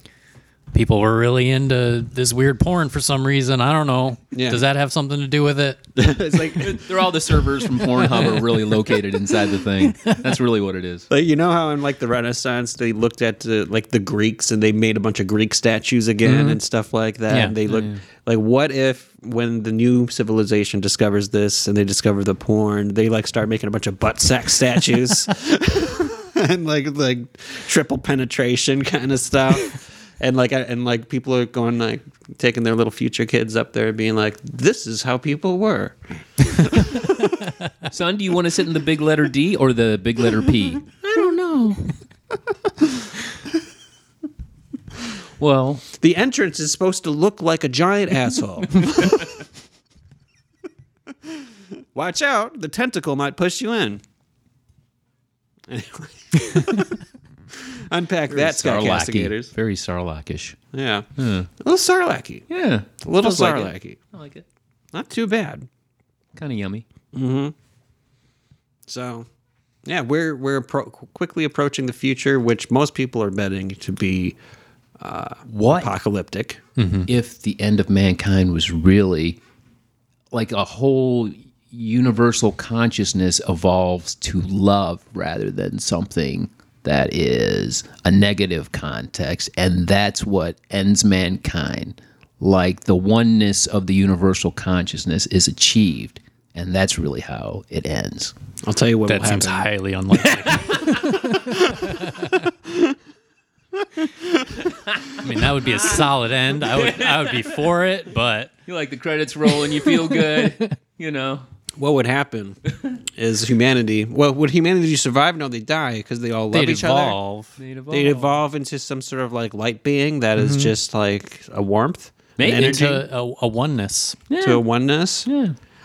A: people were really into this weird porn for some reason. I don't know.
B: Yeah.
A: Does that have something to do with it?
B: it's like uh,
C: They're all the servers from Pornhub are really located inside the thing. That's really what it is.
B: Like you know how in like the Renaissance they looked at the, like the Greeks and they made a bunch of Greek statues again and stuff like that.
A: Yeah.
B: And they look like what if when the new civilization discovers this and they discover the porn, they like start making a bunch of butt sack statues and like like triple penetration kind of stuff. And like I- and like people are going like taking their little future kids up there and being like, this is how people were.
C: Son, do you want to sit in the big letter D or the big letter P? I don't know. well,
B: The entrance is supposed to look like a giant asshole. Watch out, the tentacle might push you in. Anyway. Unpack that, Scott Castigators.
C: Very Sarlaccish.
B: Yeah. A little sarlacky.
C: Yeah.
B: A little
C: Feels like
B: sarlacky.
C: it. I like it.
B: Not too bad.
C: Kind of yummy.
B: So, yeah, we're we're appro- quickly approaching the future, which most people are betting to be
C: What
B: apocalyptic.
C: if the end of mankind was really like a whole universal consciousness evolves to love rather than something that is a negative context and that's what ends mankind like the oneness of the universal consciousness is achieved and that's really how it ends
B: I'll tell you what
A: That
B: will
A: seems
B: happen.
A: highly unlikely. I mean, that would be a solid end. I would I would be for it, but
C: you like the credits roll and you feel good you know
B: what would happen is humanity. Well, would humanity survive? No, they die because they all love
A: they'd
B: each
A: evolve.
B: other. They evolve into some sort of like light being that is just like a warmth,
C: Maybe
B: an energy to,
A: Mm-hmm. into a, a oneness.
B: a oneness.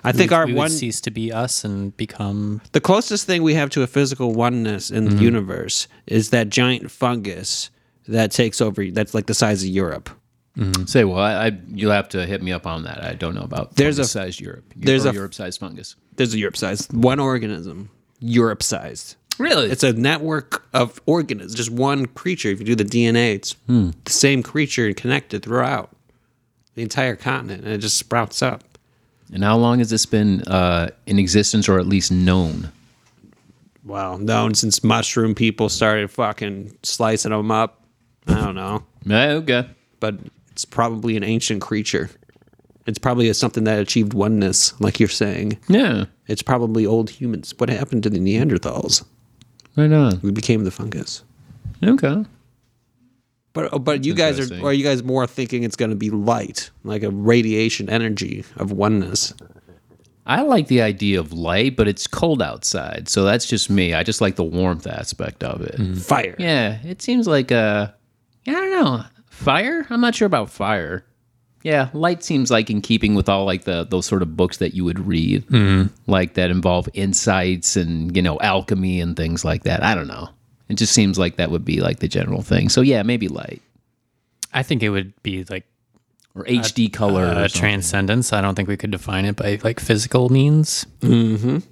B: I think our
A: we
B: one
A: would cease to be us and become
B: the closest thing we have to a physical oneness in
A: Mm-hmm.
B: the universe is that giant fungus that takes over. That's like the size of Europe.
C: Say well, I, I you'll have to hit me up on that. I don't know about
B: There's a-
C: sized Europe.
B: there's
C: or
B: a-
C: Europe-sized fungus.
B: There's a Europe sized one organism, Europe sized.
C: Really?
B: It's a network of organisms, just one creature. If you do the DNA, it's the same creature and connected throughout the entire continent, and it just sprouts up.
C: and how long has this been uh, in existence, or at least known?
B: Well, known since mushroom people started fucking slicing them up. I don't know,
C: Okay.
B: but it's probably an ancient creature. It's probably something that achieved oneness, like you're saying.
C: Yeah.
B: It's probably old humans. What happened to the Neanderthals?
C: Right on.
B: We became the fungus.
C: Okay.
B: But uh, but you guys are
C: interesting.
B: are you guys more thinking it's going to be light, like a radiation energy of oneness?
C: I like the idea of light, but it's cold outside, so that's just me. I just like the warmth aspect of it.
B: Fire.
C: Yeah, it seems like uh, I don't know, fire. I'm not sure about fire. Yeah, light seems like in keeping with all like the those sort of books that you would read, like that involve insights and you know alchemy and things like that. I don't know. It just seems like that would be like the general thing. So yeah, maybe light
A: I think it would be like
C: or HD color. or
A: uh,
C: something.
A: transcendence. I don't think we could define it by like physical means.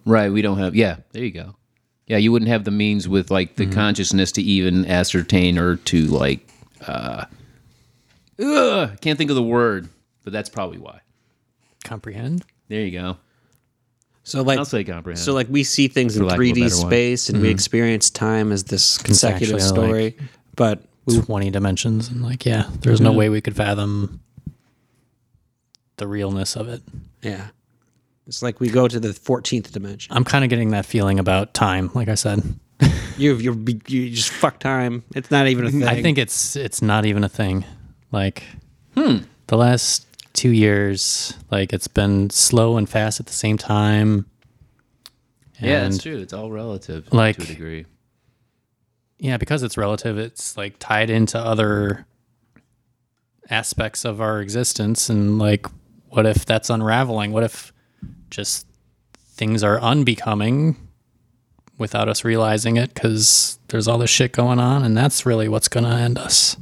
C: right, we don't have. Yeah, there you go. Yeah, you wouldn't have the means with like the consciousness to even ascertain or to like. uh ugh, Can't think of the word, but that's probably why.
A: Comprehend?
C: There you go.
B: So like
C: I'll say comprehend.
B: So like we see things in
C: lack of a
B: 3D
C: better one. Mm-hmm.
B: space and we experience time as this consecutive
A: actually, like-
B: story, but we,
A: 20 dimensions. And like, yeah, there's no way we could fathom the realness of it.
B: yeah, it's like we go to the 14th dimension.
A: I'm kind of getting that feeling about time, like I said.
B: You you you just fuck time. It's not even a thing.
A: I think it's it's not even a thing. Like the last two years, like it's been slow and fast at the same time.
C: Yeah,
A: And
C: that's true. It's all relative
A: like-
C: to a degree.
A: yeah, because it's relative, it's like tied into other aspects of our existence. And like, what if that's unraveling? What if just things are unbecoming without us realizing it because there's all this shit going on? And that's really what's going to end us.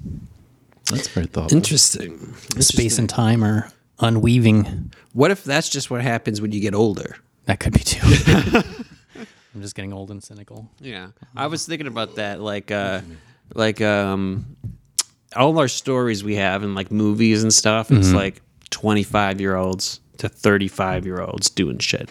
C: That's very thoughtful.
B: Interesting.
A: Space and time are unweaving.
B: What if that's just what happens when you get older?
A: That could be too. I'm just getting old and cynical.
B: Yeah. I was thinking about that like uh like um all our stories we have in like movies and stuff, it's like 25 year olds to 35 year olds doing shit.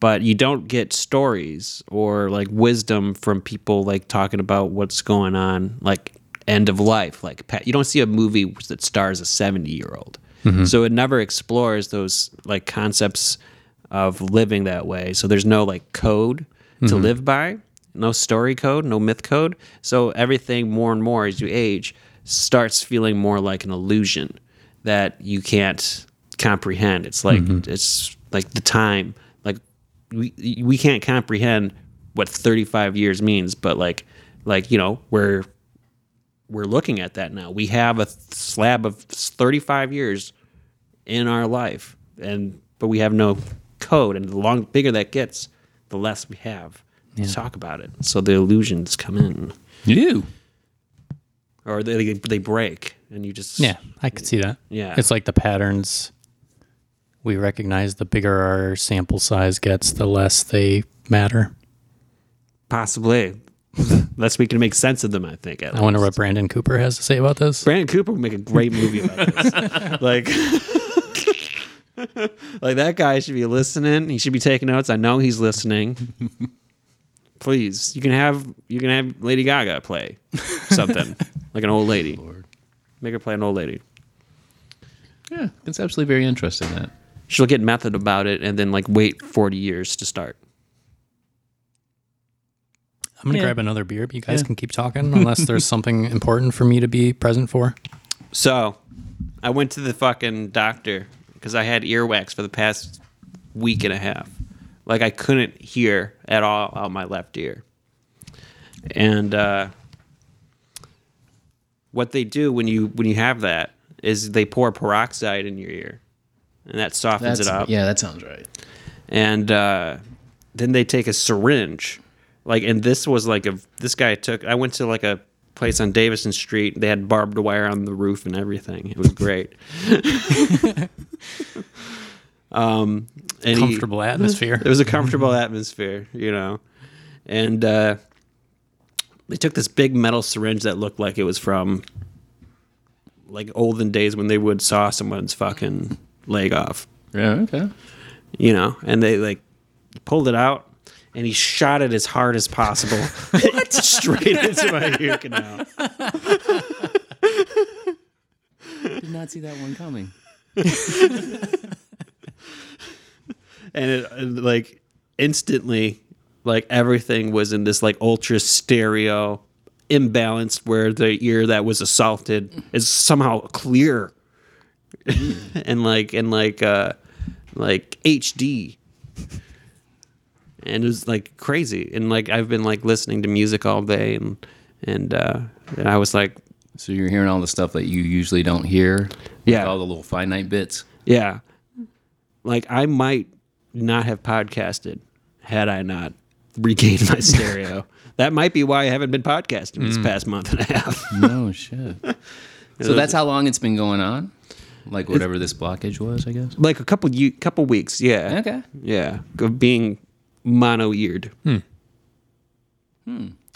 B: But you don't get stories or like wisdom from people like talking about what's going on like end of life like Pat, you don't see a movie that stars a 70 year old. So it never explores those like concepts of living that way. So there's no like code to live by, no story code, no myth code. So everything more and more as you age starts feeling more like an illusion that you can't comprehend. It's like it's like the time like we we can't comprehend what 35 years means, but like like you know, we're we're looking at that now. We have a th- slab of 35 years in our life, and but we have no code. And the long bigger that gets, the less we have to talk about it. So the illusions come in,
C: You.
B: or they they break, and you just
A: Yeah, I could see that.
B: Yeah.
A: It's like the patterns we recognize the bigger our sample size gets, the less they matter.
B: possibly. Unless we can make sense of them, I think. at
A: I wonder what Brandon Cooper has to say about this.
B: Brandon Cooper would make a great movie about this. like, like that guy should be listening. He should be taking notes. I know he's listening. Please, you can have you can have Lady Gaga play something like an old lady. Make her play an old lady.
C: Yeah, conceptually very interesting that.
B: She'll get method about it and then like wait forty years to start.
A: I'm going to
C: Yeah.
A: grab another beer, but you guys can keep talking unless there's something important for me to be present for.
B: So, I went to the fucking doctor because I had earwax for the past week and a half. Like I couldn't hear at all out my left ear. And uh, what they do when you when you have that is they pour peroxide in your ear, and that softens it up
C: Yeah, that sounds right.
B: and uh, then they take a syringe like and this was like a this guy took i went to like a place on davison street they had barbed wire on the roof and everything it was great um and he-
A: Comfortable atmosphere.
B: it was a comfortable atmosphere you know and uh they took this big metal syringe that looked like it was from like olden days when they would saw someone's fucking leg off
C: Yeah, okay.
B: you know, and they like pulled it out and he shot it as hard as possible straight into my ear canal.
C: Did not see that one coming.
B: And it and, like instantly, like everything was in this like ultra stereo imbalance where the ear that was assaulted is somehow clear and like and like uh like HD. And it was like crazy. And like I've been like listening to music all day and and uh and I was like
C: So you're hearing all the stuff that you usually don't hear.
B: Yeah.
C: All the little finite bits.
B: Yeah. Like I might not have podcasted had I not regained my stereo. that might be why I haven't been podcasting this past month and a half.
C: No shit. so that's how long it's been going on? Like whatever this blockage was, I guess.
B: like a couple ye- couple weeks, yeah.
C: Okay.
B: Yeah, of being mono-eared. Hmm.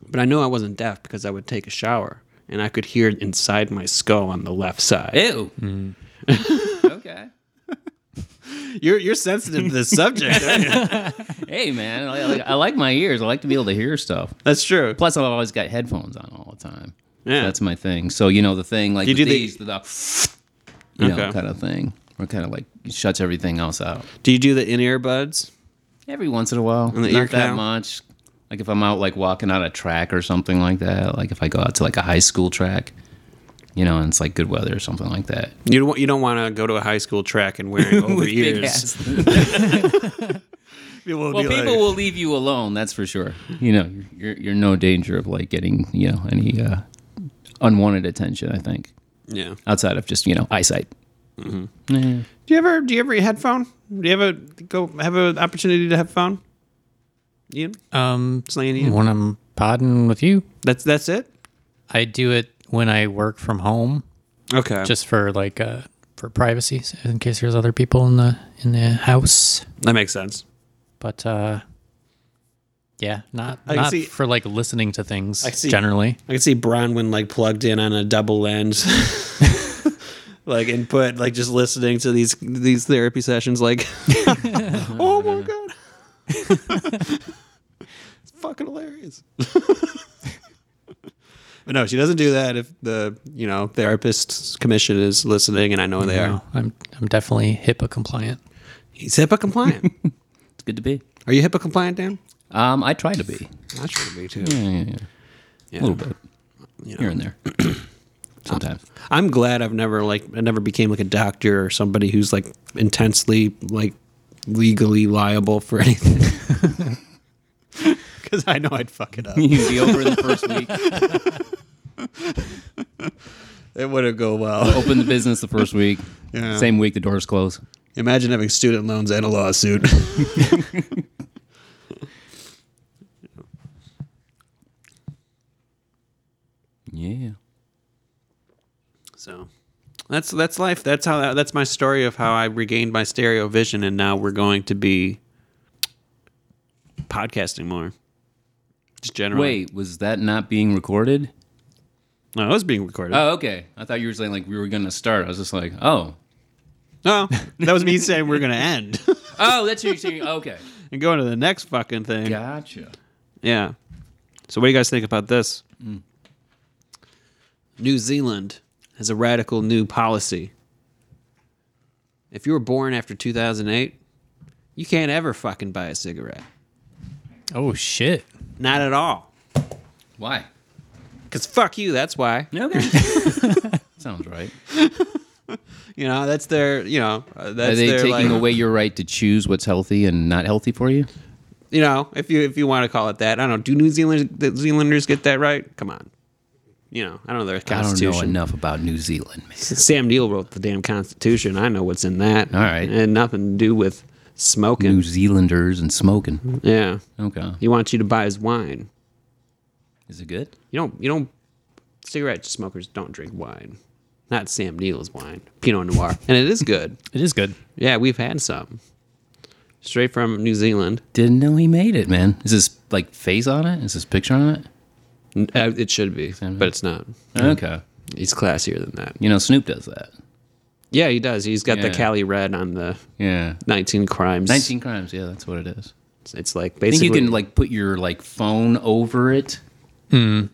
B: But I know I wasn't deaf because I would take a shower and I could hear inside my skull on the left side.
C: Ew.
B: Mm.
C: okay.
B: You're you're sensitive to this subject. aren't you?
C: Hey man, I I like, I like my ears. I like to be able to hear stuff.
B: That's true.
C: Plus, I've always got headphones on all the time.
B: Yeah.
C: That's my thing. So you know the thing like
B: You
C: with
B: do the-
C: these the, the you know
B: Okay.
C: kind of thing. We're kind of like shuts everything else out.
B: Do you do the in-ear buds?
C: Every once in a while,
B: the
C: not
B: ear
C: that
B: canal?
C: much. Like if I'm out like walking on a track or something like that. Like if I go out to like a high school track, you know, and it's like good weather or something like that.
B: You don't you don't want to go to a high school track and wearing over
C: With big
B: ears.
C: ass.
B: People will
C: Well,
B: be
C: people
B: like,
C: will leave you alone. That's for sure. You know, you're you're no danger of like getting you know any uh, unwanted attention. I think
B: yeah.
C: outside of just you know eyesight.
B: Do you ever do you ever eat headphone? Do you ever go have an opportunity to have phone? Ian,
A: Um,
B: slaying Ian.
A: when I'm podding with you,
B: That's that's it.
A: I do it when I work from home,
B: Okay.
A: just for like uh, for privacy, so in case there's other people in the in the house.
B: that makes sense.
A: But uh, yeah, not
B: I can
A: not
B: see-
A: for like listening to things
B: I see.
A: generally.
B: I could see Bronwyn like plugged in on a double end, like input, like just listening to these these therapy sessions. Like, oh my god, it's fucking hilarious. but no, she doesn't do that if the you know therapist's commission is listening, and I know they are.
A: No, I'm I'm definitely HIPAA compliant.
B: He's HIPAA compliant.
C: It's good to be.
B: are you HIPAA compliant, Dan?
C: Um, I try to be
B: I try to be too.
C: Yeah, yeah, yeah.
B: Yeah.
C: a little bit here and there. Sometimes
B: I'm glad I've never like I never became like a doctor or somebody who's like intensely like legally liable for anything. Because I know I'd fuck it up.
C: you'd be over in the first week.
B: It wouldn't go well.
C: Open the business the first week.
B: Yeah.
C: Same week the doors close.
B: Imagine having student loans and a lawsuit.
C: Yeah.
B: so that's that's life. That's how that's my story of how I regained my stereo vision, and now we're going to be podcasting more. Just generally.
C: Wait, was that not being recorded?
B: no, it was being recorded.
C: Oh, okay. I thought you were saying like we were gonna start. I was just like, oh,
B: no, Oh, that was me saying we're gonna end
C: oh, that's what you're saying. Okay,
B: and go into the next fucking thing.
C: gotcha.
B: Yeah. So what do you guys think about this?
C: Hmm.
B: New Zealand has a radical new policy. If you were born after 2008, you can't ever fucking buy a cigarette.
A: Oh shit!
B: Not at all.
C: Why?
B: Cuz fuck you, that's why.
C: Okay. Sounds right.
B: You know, that's their, you know, uh, that's
C: Are they
B: their
C: taking
B: like,
C: away your right to choose what's healthy and not healthy for you?
B: you know, if you if you want to call it that. I don't know. Do New Zealanders the Zealanders get that right? Come on. You know, I don't know their
C: I don't
B: constitution.
C: know enough about New Zealand, man.
B: Sam Neill wrote the damn Constitution. I know what's in that.
C: All right.
B: And nothing to do with smoking.
C: New Zealanders and smoking.
B: Yeah.
C: Okay.
B: He wants you to buy his wine.
C: Is it good?
B: You don't, you don't, cigarette smokers don't drink wine. Not Sam Neill's wine, Pinot Noir. and it is good.
A: It is good.
B: Yeah, we've had some. Straight from New Zealand.
C: Didn't know he made it, man. Is his like face on it? Is his picture on it?
B: N- uh, It should be, but it's not.
C: Okay.
B: He's classier than that.
C: You know, Snoop does that.
B: Yeah, he does. He's got the
C: Yeah.
B: Cali Red on the
C: Yeah.
B: 19 crimes.
C: 19 crimes. Yeah, that's what it is.
B: It's like
C: I think
B: basically.
C: you can like put your like phone over it,
B: Hmm.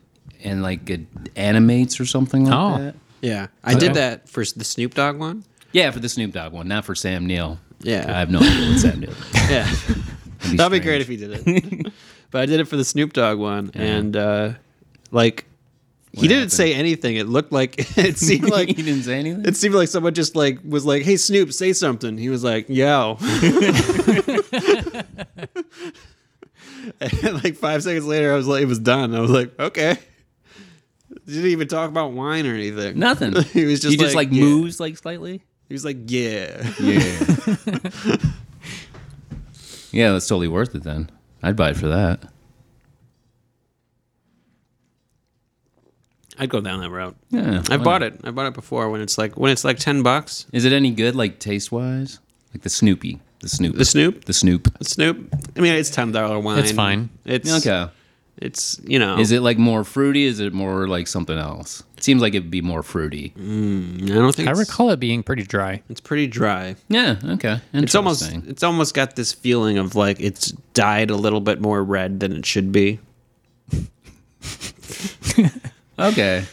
C: and like it animates or something like
A: Oh.
C: that.
B: yeah. I did that for s- the Snoop Dogg one.
C: Yeah, for the Snoop Dogg one, not for Sam Neill.
B: Yeah.
C: I have no idea what Sam Neill. That'd
B: Yeah. That'd be
C: be strange.
B: great if he did it. but I did it for the Snoop Dogg one, and uh, like he didn't
C: happened?
B: say anything. It looked like it seemed like
C: he didn't say anything.
B: it seemed like someone just like was like, "Hey Snoop, say something." He was like, "Yo." and like five seconds later, I was like, "It was done." I was like, "Okay." Didn't even talk about wine or anything.
C: Nothing.
B: He was just
C: he just
B: like,
C: like
B: yeah.
C: moves like slightly.
B: He was like, "Yeah."
C: Yeah. yeah, that's totally worth it then. I'd buy it for that.
B: I'd go down that route.
C: Oh, Yeah.
B: I
C: why
B: bought
C: not?
B: it. I bought it before when it's like when it's like ten bucks.
C: Is it any good like taste wise? Like the Snoopy, the Snoop,
B: The Snoop?
C: the Snoop.
B: Snoop. I mean, it's ten dollar wine.
A: It's fine.
B: It's okay.
C: Okay.
B: It's you know.
C: Is it like more fruity? Is it more like something else? It seems like it'd be more fruity.
B: I don't think
A: I
B: it's,
A: recall it being pretty dry.
B: It's pretty dry.
C: Yeah. Okay.
B: It's almost.
C: Interesting.
B: It's almost got this feeling of like it's dyed a little bit more red than it should be.
C: okay.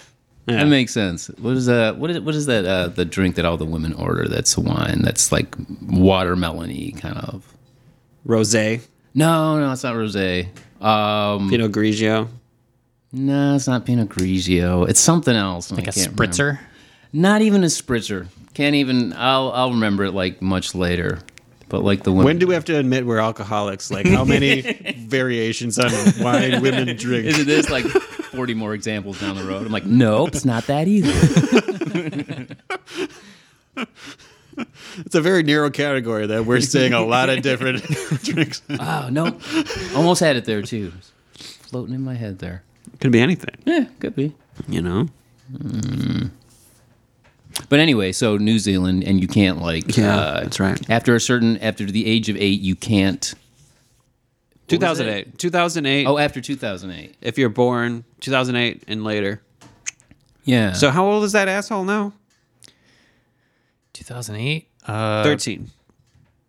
B: Yeah.
C: That makes sense. What is that? What is what is that? Uh, the drink that all the women order? That's wine. That's like watermelony kind of.
B: rosé,
C: No, no, it's not rosé. Um,
B: Pinot Grigio.
C: no, it's not Pinot Grigio. It's something else.
A: Like a spritzer.
C: Not even a spritzer. Can't even. I'll I'll remember it like much later. But like the women.
B: When do we have to admit we're alcoholics? Like how many variations on wine women drink?
C: Isn't this like 40 more examples down the road? I'm like, nope, it's not that either.
B: It's a very narrow category that we're seeing a lot of different drinks.
C: Wow, nope. Oh, Almost had it there too. Floating in my head there.
B: Could be anything,
C: Yeah, could be.
B: you know.
C: But anyway, so New Zealand, and you can't like. uh,
B: that's right.
C: After a certain, after the age of eight, you can't.
B: 2008. 2008.
C: Oh, after 2008.
B: if you're born 2008 and later.
C: Yeah.
B: So how old is that asshole now?
A: 2008, uh,
B: 13.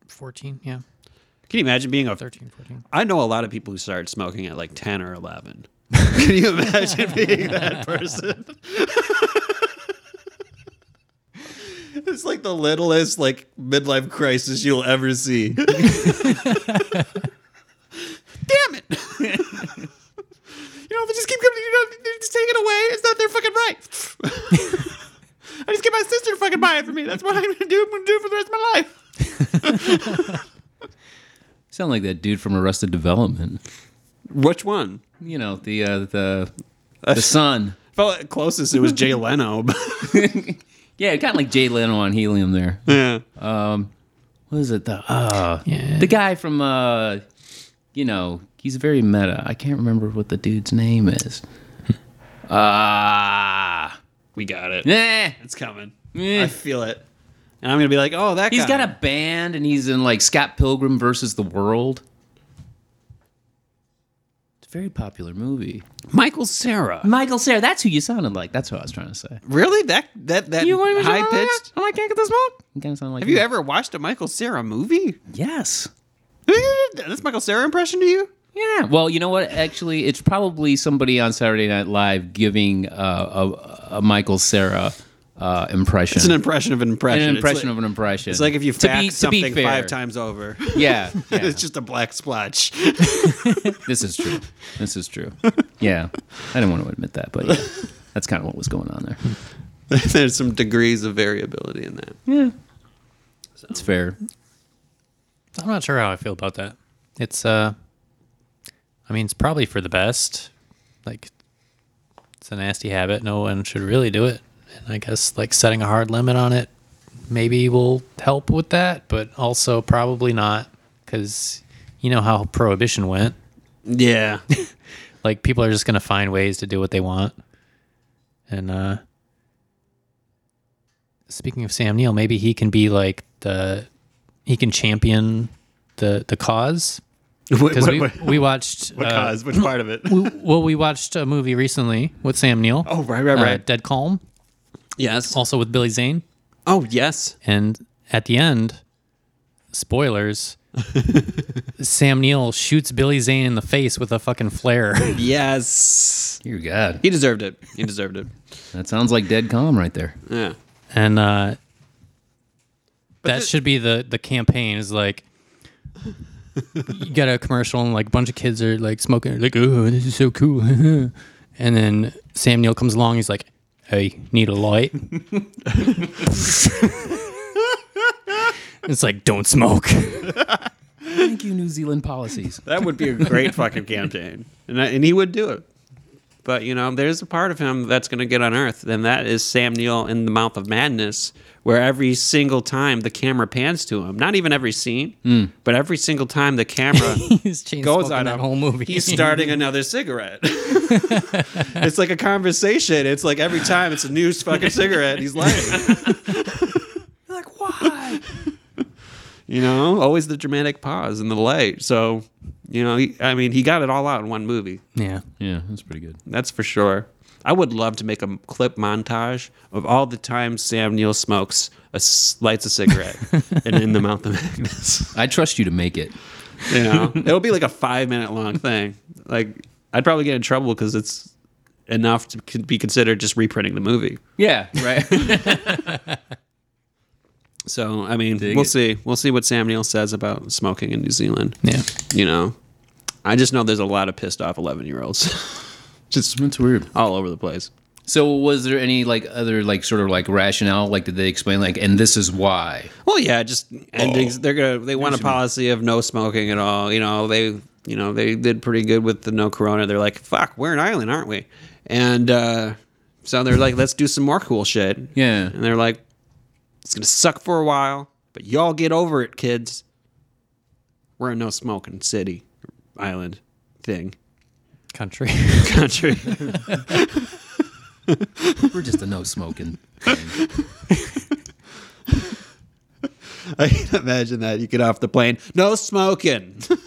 A: 14, yeah,
B: Can you imagine being a
A: 13, 14.
B: I know a lot of people who started smoking at like 10 or 11. Can you imagine being that person? it's like the littlest like midlife crisis you'll ever see. Damn it. you know, they just keep coming, you know, they just take it away. It's not their fucking right. I just get my sister to fucking buy it for me. That's what I'm going to do. I'm going to do it for the rest of my life.
C: Sound like that dude from Arrested Development.
B: Which one?
C: You know, the, uh, the, the son.
B: Felt like closest it was Jay Leno. but-
C: Yeah, kind of like Jay Leno on Helium there.
B: yeah.
C: What is it? The, uh,
A: Yeah.
C: the guy from, uh, you know, he's very meta. I can't remember what the dude's name is. Ah.
B: We got it.
C: nah.
B: It's coming.
C: Eh.
B: I feel it. And I'm gonna be like, oh, that
C: He's
B: guy.
C: got a band and he's in like Scott Pilgrim versus the World. It's a very popular movie.
B: Michael Sarah.
C: Michael Sarah, that's who you sounded like. That's what I was trying to say.
B: Really? That that that
C: You want me to
B: high
C: sound like
B: pitched? Oh, I can't get this one.
C: You kind of sound like
B: Have you ever watched a Michael Sarah movie?
C: Yes.
B: That's Michael Sarah impression to you?
C: Yeah. Well, you know what? Actually, it's probably somebody on Saturday Night Live giving uh, a, a Michael Sarah uh, impression.
B: It's an impression of an
C: An
B: impression.
C: impression
B: it's like,
C: of an impression.
B: It's like if you
C: To be-
B: fax
C: to be
B: something
C: fair.
B: five times over.
C: Yeah. yeah.
B: it's just a black splotch.
C: this is true. This is true. Yeah. I didn't want to admit that, but yeah, that's kind of what was going on there.
B: There's some degrees of variability in that.
C: Yeah. It's fair.
A: I'm not sure how I feel about that. It's, uh, I mean, it's probably for the best. Like, it's a nasty habit. No one should really do it. And I guess, like, setting a hard limit on it maybe will help with that, but also probably not because you know how prohibition went.
B: Yeah.
A: like people are just gonna find ways to do what they want and uh speaking of sam neill maybe he can be like the he can champion the the cause
B: what,
A: because
B: what,
A: we,
B: what,
A: we watched
B: what
A: uh,
B: cause? Which part of it?
A: we- well we watched a movie recently with sam neill
B: Oh, right, right,
A: uh,
B: right.
A: dead calm
B: yes.
A: also with billy zane
B: Oh, yes.
A: and at the end spoilers sam neill shoots billy zane in the face with a fucking flare
B: Yes.
C: Dear God.
B: He deserved it. He deserved it.
C: That sounds like dead calm right there.
B: Yeah.
A: and uh, that
B: the-
A: should be the the campaign is like you get a commercial and like a bunch of kids are like smoking like oh this is so cool and then sam neill comes along he's like hey need a light it's like don't smoke
C: Thank you, New Zealand policies.
B: That would be a great fucking campaign, and I, and he would do it. But you know, there's a part of him that's going to get unearthed, and that is Sam Neill in the Mouth of Madness, where every single time the camera pans to him, not even every scene, but every single time the camera
A: he's chain
B: goes
A: smoking
B: on
A: that
B: him,
A: whole movie
B: he's starting another cigarette. it's like a conversation. It's like every time it's a new fucking cigarette. He's lying.
C: like, why?
B: You know, always the dramatic pause and the light. So, you know, he, I mean, he got it all out in one movie.
A: yeah
C: Yeah, that's pretty good.
B: That's for sure. I would love to make a clip montage of all the times Sam Neill smokes, a s lights a cigarette, and in the mouth of Magnus.
C: I trust you to make it.
B: You know, it'll be like a five minute long thing. Like I'd probably get in trouble because it's enough to could be considered just reprinting the movie.
C: Yeah, right.
B: So I mean,
C: Dig
B: we'll
C: it.
B: see. We'll see what Sam Neill says about smoking in New Zealand.
A: yeah
B: You know, I just know there's a lot of pissed off eleven year olds, just
C: it's weird.
B: all over the place.
C: So was there any like other like sort of like rationale? Like did they explain like and this is why?
B: Well, yeah, just endings. They're gonna. They want a policy of no smoking at all. You know, they. You know, they did pretty good with the no corona. They're like, fuck, we're an island, aren't we? And uh, so they're like, let's do some more cool shit.
C: Yeah.
B: And they're like, it's gonna suck for a while, but y'all get over it, kids. We're a no smoking city, island thing,
A: Country.
B: country.
C: We're just a no smoking.
B: I can imagine that. You get off the plane, no smoking,
C: Like,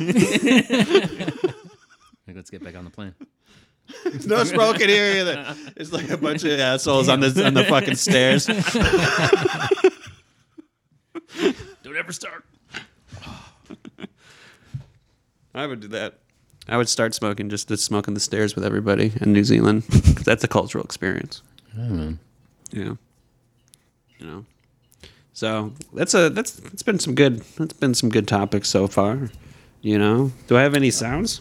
C: let's get back on the plane.
B: no smoking here either. It's like a bunch of assholes on the on the fucking stairs.
D: Don't ever start.
B: I would do that. I would start smoking just to smoke on the stairs with everybody in New Zealand. 'Cause that's a cultural experience. Yeah. You know. So that's a that's that's been some good that's been some good topics so far. You know. Do I have any sounds?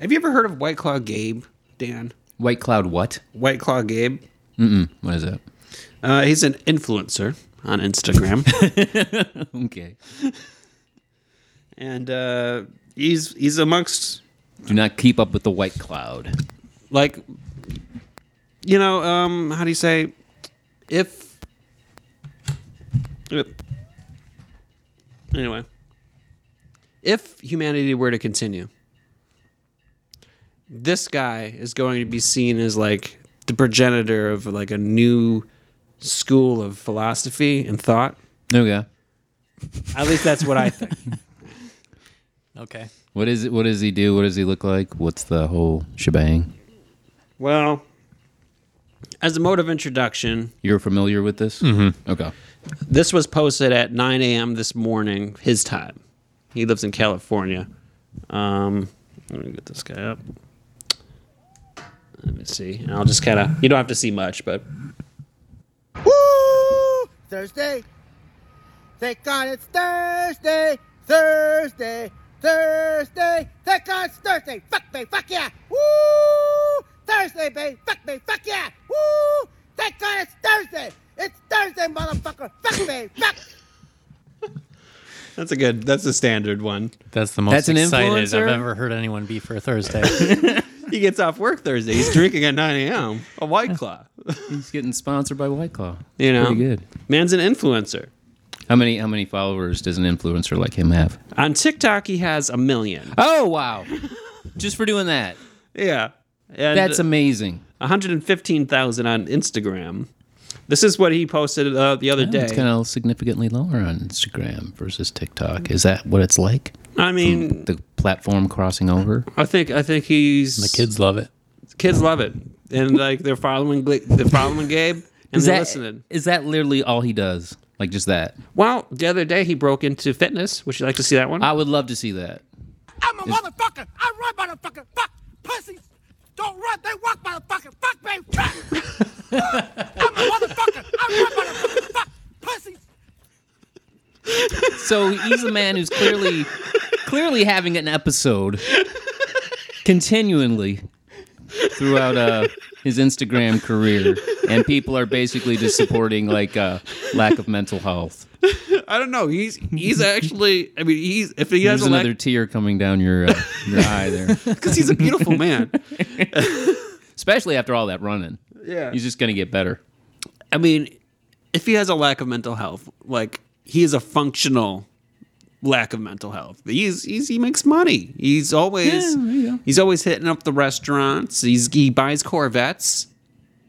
B: Have you ever heard of White Claw Gabe, Dan?
C: White cloud what?
B: White Claw Gabe.
C: Mm-mm. What is that?
B: Uh, he's an influencer on Instagram.
C: Okay.
B: and uh, he's he's amongst
C: Do not keep up with the white cloud.
B: like you know um how do you say if anyway if humanity were to continue this guy is going to be seen as like the progenitor of like a new school of philosophy and thought
C: Okay.
B: at least that's what i think
A: Okay.
C: What is it? What does he do? What does he look like? What's the whole shebang?
B: well as a mode of introduction
C: You're familiar with this? Mm-hmm. Okay.
B: This was posted at 9 a.m. this morning, his time. He lives in California. Um, let me get this guy up. Let me see. And I'll just kind of, you don't have to see much, but
E: Woo! Thursday. Thank God it's Thursday. Thursday. Thursday. Thank God it's Thursday. Fuck me. Fuck yeah. Woo! Thursday, babe. Fuck me. Fuck yeah. Woo! Thank God it's Thursday. It's Thursday, motherfucker. Fuck me. Fuck.
B: that's a good, that's a standard one.
A: That's the most
C: That's an
A: excited
C: influencer?
A: I've ever heard anyone be for a Thursday.
B: He gets off work Thursday. He's drinking at 9 a.m. A White Claw.
C: He's getting sponsored by White Claw.
B: You know,
C: Pretty good.
B: man's an influencer.
C: How many how many followers does an influencer like him have?
B: On TikTok, he has a million.
C: Oh wow! Just for doing that.
B: Yeah. And
C: That's amazing.
B: 115,000 on Instagram. This is what he posted uh, the other day.
C: Oh, It's kind of significantly lower on Instagram versus TikTok. Is that what it's like?
B: I mean,
C: The platform crossing over.
B: I think I think he's
A: the kids love it.
B: Kids love it, and like they're following Gla- they're following Gabe and
C: Is
B: they're
C: that
B: listening.
C: is that literally all he does? Like just that?
B: Well, the other day he broke into fitness. Would you like to see that one?
C: I would love to see that.
E: I'm a motherfucker. I run, motherfucker. Fuck. Pussies don't run. They walk, motherfucker. Fuck me. Fuck. I'm a motherfucker. I run, motherfucker. Fuck. Pussies.
C: So he's a man who's clearly clearly having an episode continually throughout uh, his Instagram career, and people are basically just supporting like uh, lack of mental health.
B: I don't know. He's he's actually. I mean, he's if he
C: There's another tear coming down your uh, your eye there,
B: because he's a beautiful man.
C: especially after all that running.
B: Yeah.
C: he's just gonna get better.
B: I mean, if he has a lack of mental health, like he is a functional lack of mental health. He's, he's he makes money. He's always he's always hitting up the restaurants. He's he buys Corvettes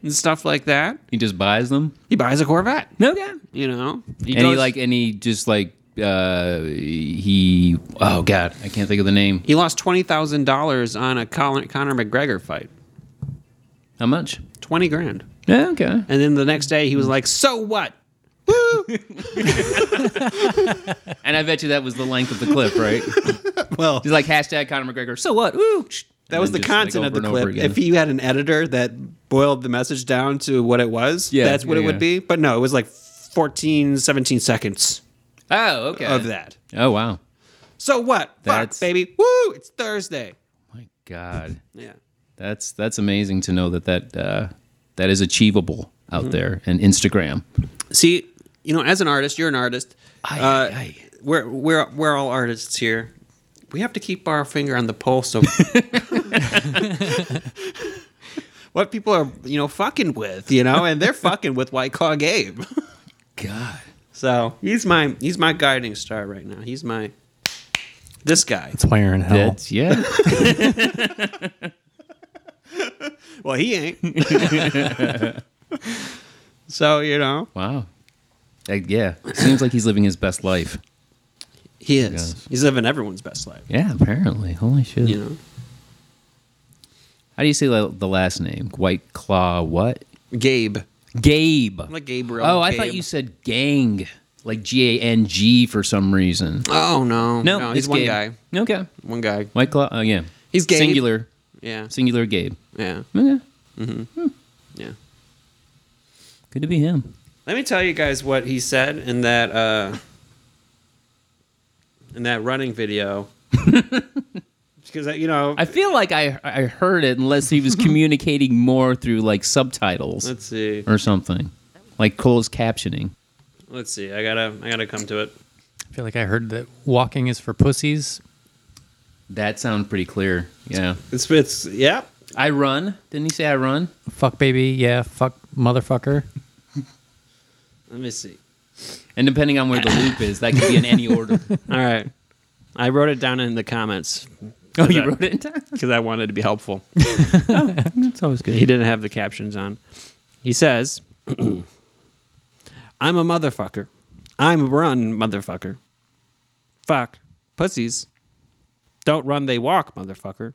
B: and stuff like that.
C: He just buys them.
B: He buys a Corvette.
C: No, Oh, yeah.
B: You know, he
C: And he
B: goes-
C: like, and he just like, uh, he. Oh God, I can't think of the name.
B: He lost twenty thousand dollars on a Colin, Conor McGregor fight.
C: How much?
B: Twenty grand.
C: Yeah, okay.
B: And then the next day he was
C: Hmm.
B: like, "So what?"
C: And I bet you that was the length of the clip, right?
B: Well,
C: He's like hashtag Conor McGregor. So what? Woo!
B: that was the content of the clip. If you had an editor that boiled the message down to what it was,
C: Yeah,
B: that's what
C: yeah,
B: it would
C: yeah.
B: be. But no, it was like 14, 17 seconds
C: oh okay
B: of that.
C: Oh wow!
B: So what?
C: That's-
B: Fuck, baby. Woo! It's Thursday.
C: My God,
B: Yeah.
C: that's that's amazing to know that that uh, that is achievable out there, and Instagram.
B: See, you know, as an artist, you're an artist. Uh,
C: Aye, aye, aye.
B: We're we're we're all artists here. We have to keep our finger on the pulse of what people are, you know, fucking with, you know, and they're fucking with White Claw Gabe.
C: God,
B: So he's my he's my guiding star right now. He's my this guy.
A: It's fire in hell.
C: that's yeah.
B: Well, he ain't. so you know
C: wow. Like, yeah, seems like he's living his best life.
B: he is.
C: Yes.
B: He's living everyone's best life.
C: Yeah, apparently. Holy shit.
B: You know,
C: How do you say la- the last name? White Claw what?
B: Gabe
C: Gabe.
B: like Gabriel.
C: oh, I thought
B: Gabe.
C: you said gang, like G A N G for some reason.
B: Oh no, no, he's
C: it's
B: one
C: Gabe.
B: guy.
C: Okay.
B: One guy.
C: White Claw. Oh yeah.
B: He's Gabe.
C: Singular.
B: Yeah,
C: Singular Gabe.
B: yeah,
C: Okay.
B: yeah.
C: Good to be him.
B: Let me tell you guys what he said in that uh, in that running video. Because you know,
C: I feel like I I heard it unless he was communicating more through like subtitles
B: let's see,
C: or something, like closed captioning.
B: let's see. I gotta, I gotta come to it.
A: I feel like I heard that walking is for pussies.
C: That sounds pretty clear. Yeah.
B: It's, it's, yeah.
C: I run. Didn't he say I run?
A: Fuck baby, yeah. Fuck motherfucker.
B: Let me see.
C: And depending on where the loop is, that could be in any order.
B: All right, I wrote it down in the comments
C: oh, you wrote it in time?
B: because I wanted to be helpful.
C: That's always
B: He didn't have the captions on. He says, I'm a motherfucker. I'm a run, motherfucker. Fuck. Pussies. Don't run, they walk, motherfucker.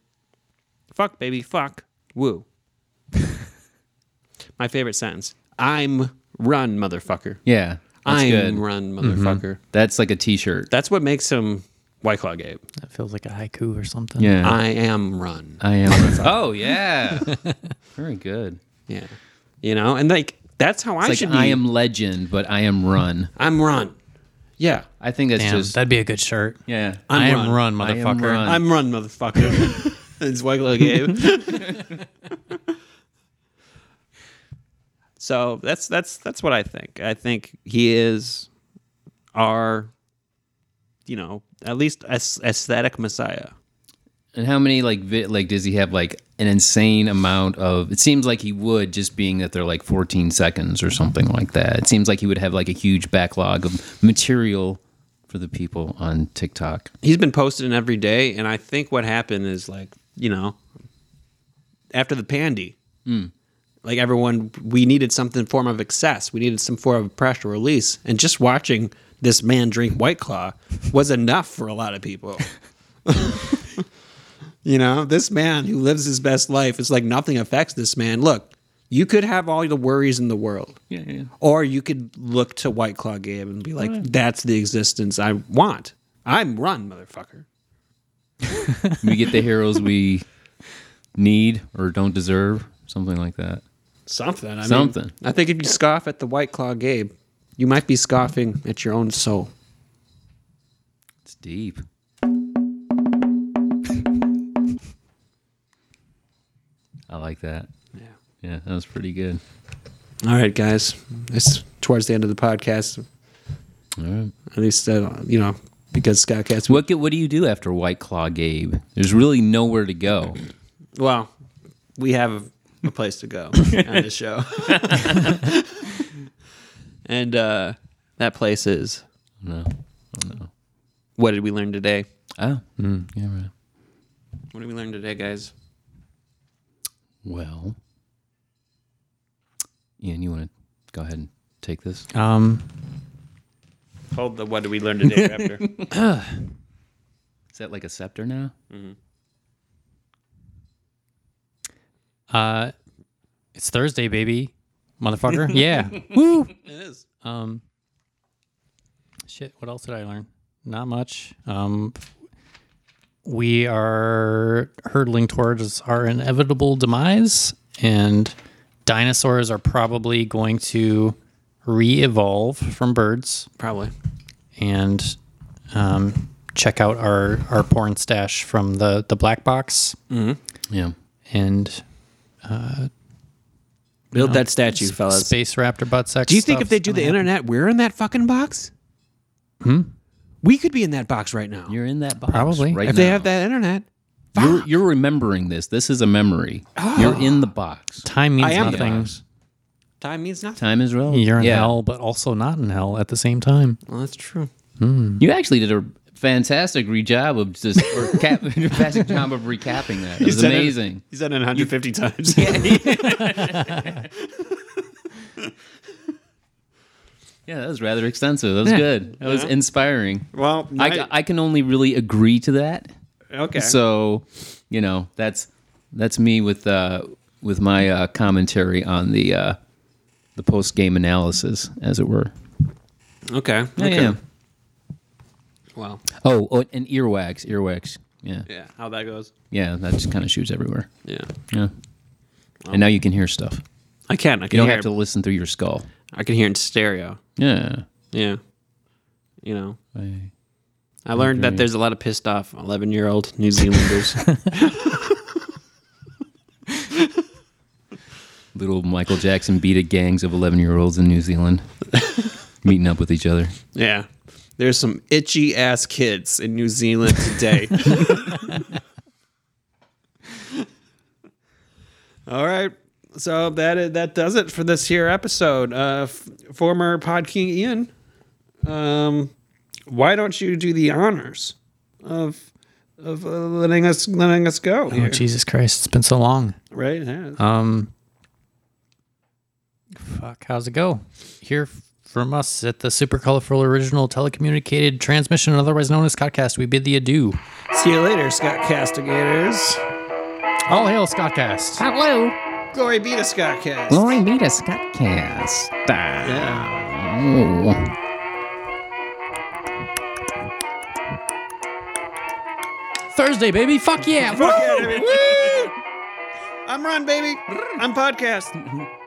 B: Fuck, baby, fuck. Woo. My favorite sentence I'm run, motherfucker.
C: Yeah. That's
B: I'm
C: good. Mm-hmm.
B: run, motherfucker.
C: That's like a t shirt.
B: That's what makes him White Claw Gabe.
A: That feels like a haiku or something.
C: Yeah.
B: I am run.
C: I am. oh, yeah. Very good.
B: Yeah. You know, and like, that's how I
C: It's
B: should
C: like
B: be.
C: I am legend, but I am run.
B: I'm run. Yeah.
C: I think that's
A: Damn,
C: just.
A: that'd be a good shirt.
C: yeah.
A: I'm
B: I'm
A: run,
C: I am
A: motherfucker.
C: run.
B: I'm run, motherfucker. it's White Claw Gabe. so that's that's that's what I think. I think he is our, you know, at least aes- aesthetic messiah.
C: And how many like vi- like does he have like an insane amount of? It seems like he would just being that they're like 14 seconds or something like that. It seems like he would have like a huge backlog of material for the people on TikTok.
B: He's been posting every day, and I think what happened is like you know, after the pandy. Like everyone, we needed something form of excess. We needed some form of pressure release, and just watching this man drink White Claw was enough for a lot of people. You know, this man who lives his best life, it's like nothing affects this man. Look, you could have all the worries in the world.
C: Yeah, yeah.
B: Or you could look to White Claw Gabe and be like, that's the existence I want. I'm run, motherfucker.
C: we get the heroes we need or don't deserve, something like that.
B: Something. I mean,
C: Something.
B: I think if you scoff at the White Claw Gabe, you might be scoffing at your own soul.
C: It's deep. I like that. Yeah. Yeah, that was pretty good.
B: All right, guys. It's towards the end of the podcast.
C: All right.
B: At least, uh, you know, because Scott Cats.
C: What get, what do you do after White Claw Gabe? There's really nowhere to go.
B: Well, we have a place to go on this show. and uh, that place is
C: No.
B: what did we learn today?
C: Oh. Yeah, right.
B: What did we learn today, guys?
C: Well. Ian, you want to go ahead and take this?
A: Um,
B: Hold the what did we learn today after.
C: Is that like a scepter now?
A: uh, it's Thursday, baby, motherfucker. yeah. Woo.
B: It is.
A: Um, shit. What else did I learn? Not much. Um, we are hurtling towards our inevitable demise, and dinosaurs are probably going to re-evolve from birds.
B: Probably.
A: and um, check out our, our porn stash from the, the black box
C: Yeah.
A: and uh,
B: Build that statue, fellas.
A: Space raptor butt sex.
B: do you think if
A: stuff's
B: they do
A: gonna
B: the
A: happen.
B: internet, we're in that fucking box?
A: Hmm?
B: We could be in that box right now.
C: You're in that box.
A: Probably.
C: Right
B: if they
C: now.
B: have that internet,
C: You're, you're remembering this. This is a memory. You're in the box.
A: time
B: I
A: means
B: am the
A: nothing?
C: box.
B: time means nothing.
C: Time is relevant.
A: You're in
C: Yeah.
A: hell, but also not in hell at the same time.
B: Well, that's true.
C: You actually did a fantastic re job of just or cap, fantastic job of recapping that. It was amazing.
B: He's done it 150 times.
C: Yeah, that was rather extensive. That was good. That was inspiring.
B: Well,
C: I,
B: now-
C: ca- I can only really agree to that.
B: okay.
C: So, you know, that's that's me with uh, with my uh, commentary on the uh, the post game analysis, as it were.
B: okay.
C: Yeah,
B: okay.
C: yeah.
B: Well,
C: Oh, oh, and earwax, earwax. Yeah, yeah.
B: yeah. How that goes?
C: that just kind of shoots everywhere.
B: Yeah.
C: Yeah. and now you can hear stuff.
B: I can. I
C: You
B: can
C: don't
B: hear.
C: have to listen through your skull.
B: I can hear in stereo.
C: Yeah.
B: Yeah. You know,
C: I-
B: I learned that there's a lot of pissed off 11 year old New Zealanders.
C: Little Michael Jackson beat at gangs of 11 year olds in New Zealand, meeting up with each other.
B: yeah. There's some itchy ass kids in New Zealand today. All right. So that i- that does it for this here episode. Uh, f- former Pod King Ian, um, why don't you do the honors of of uh, letting us letting us go?
A: Oh,
B: here,
A: Jesus Christ. It's been so long.
B: right? Yeah.
A: Um, fuck, how's it go? Hear f- from us at the super colorful original telecommunicated transmission, otherwise known as Scottcast. We bid thee adieu.
B: See you later, Scott Castigators.
A: All hail Scottcast.
C: Hello.
B: Glory be to Scott Cast.
C: Glory be to Scott Cast.
B: Yeah.
A: Thursday, baby. Fuck yeah.
B: Fuck yeah, baby. I'm Ron, baby. I'm podcast.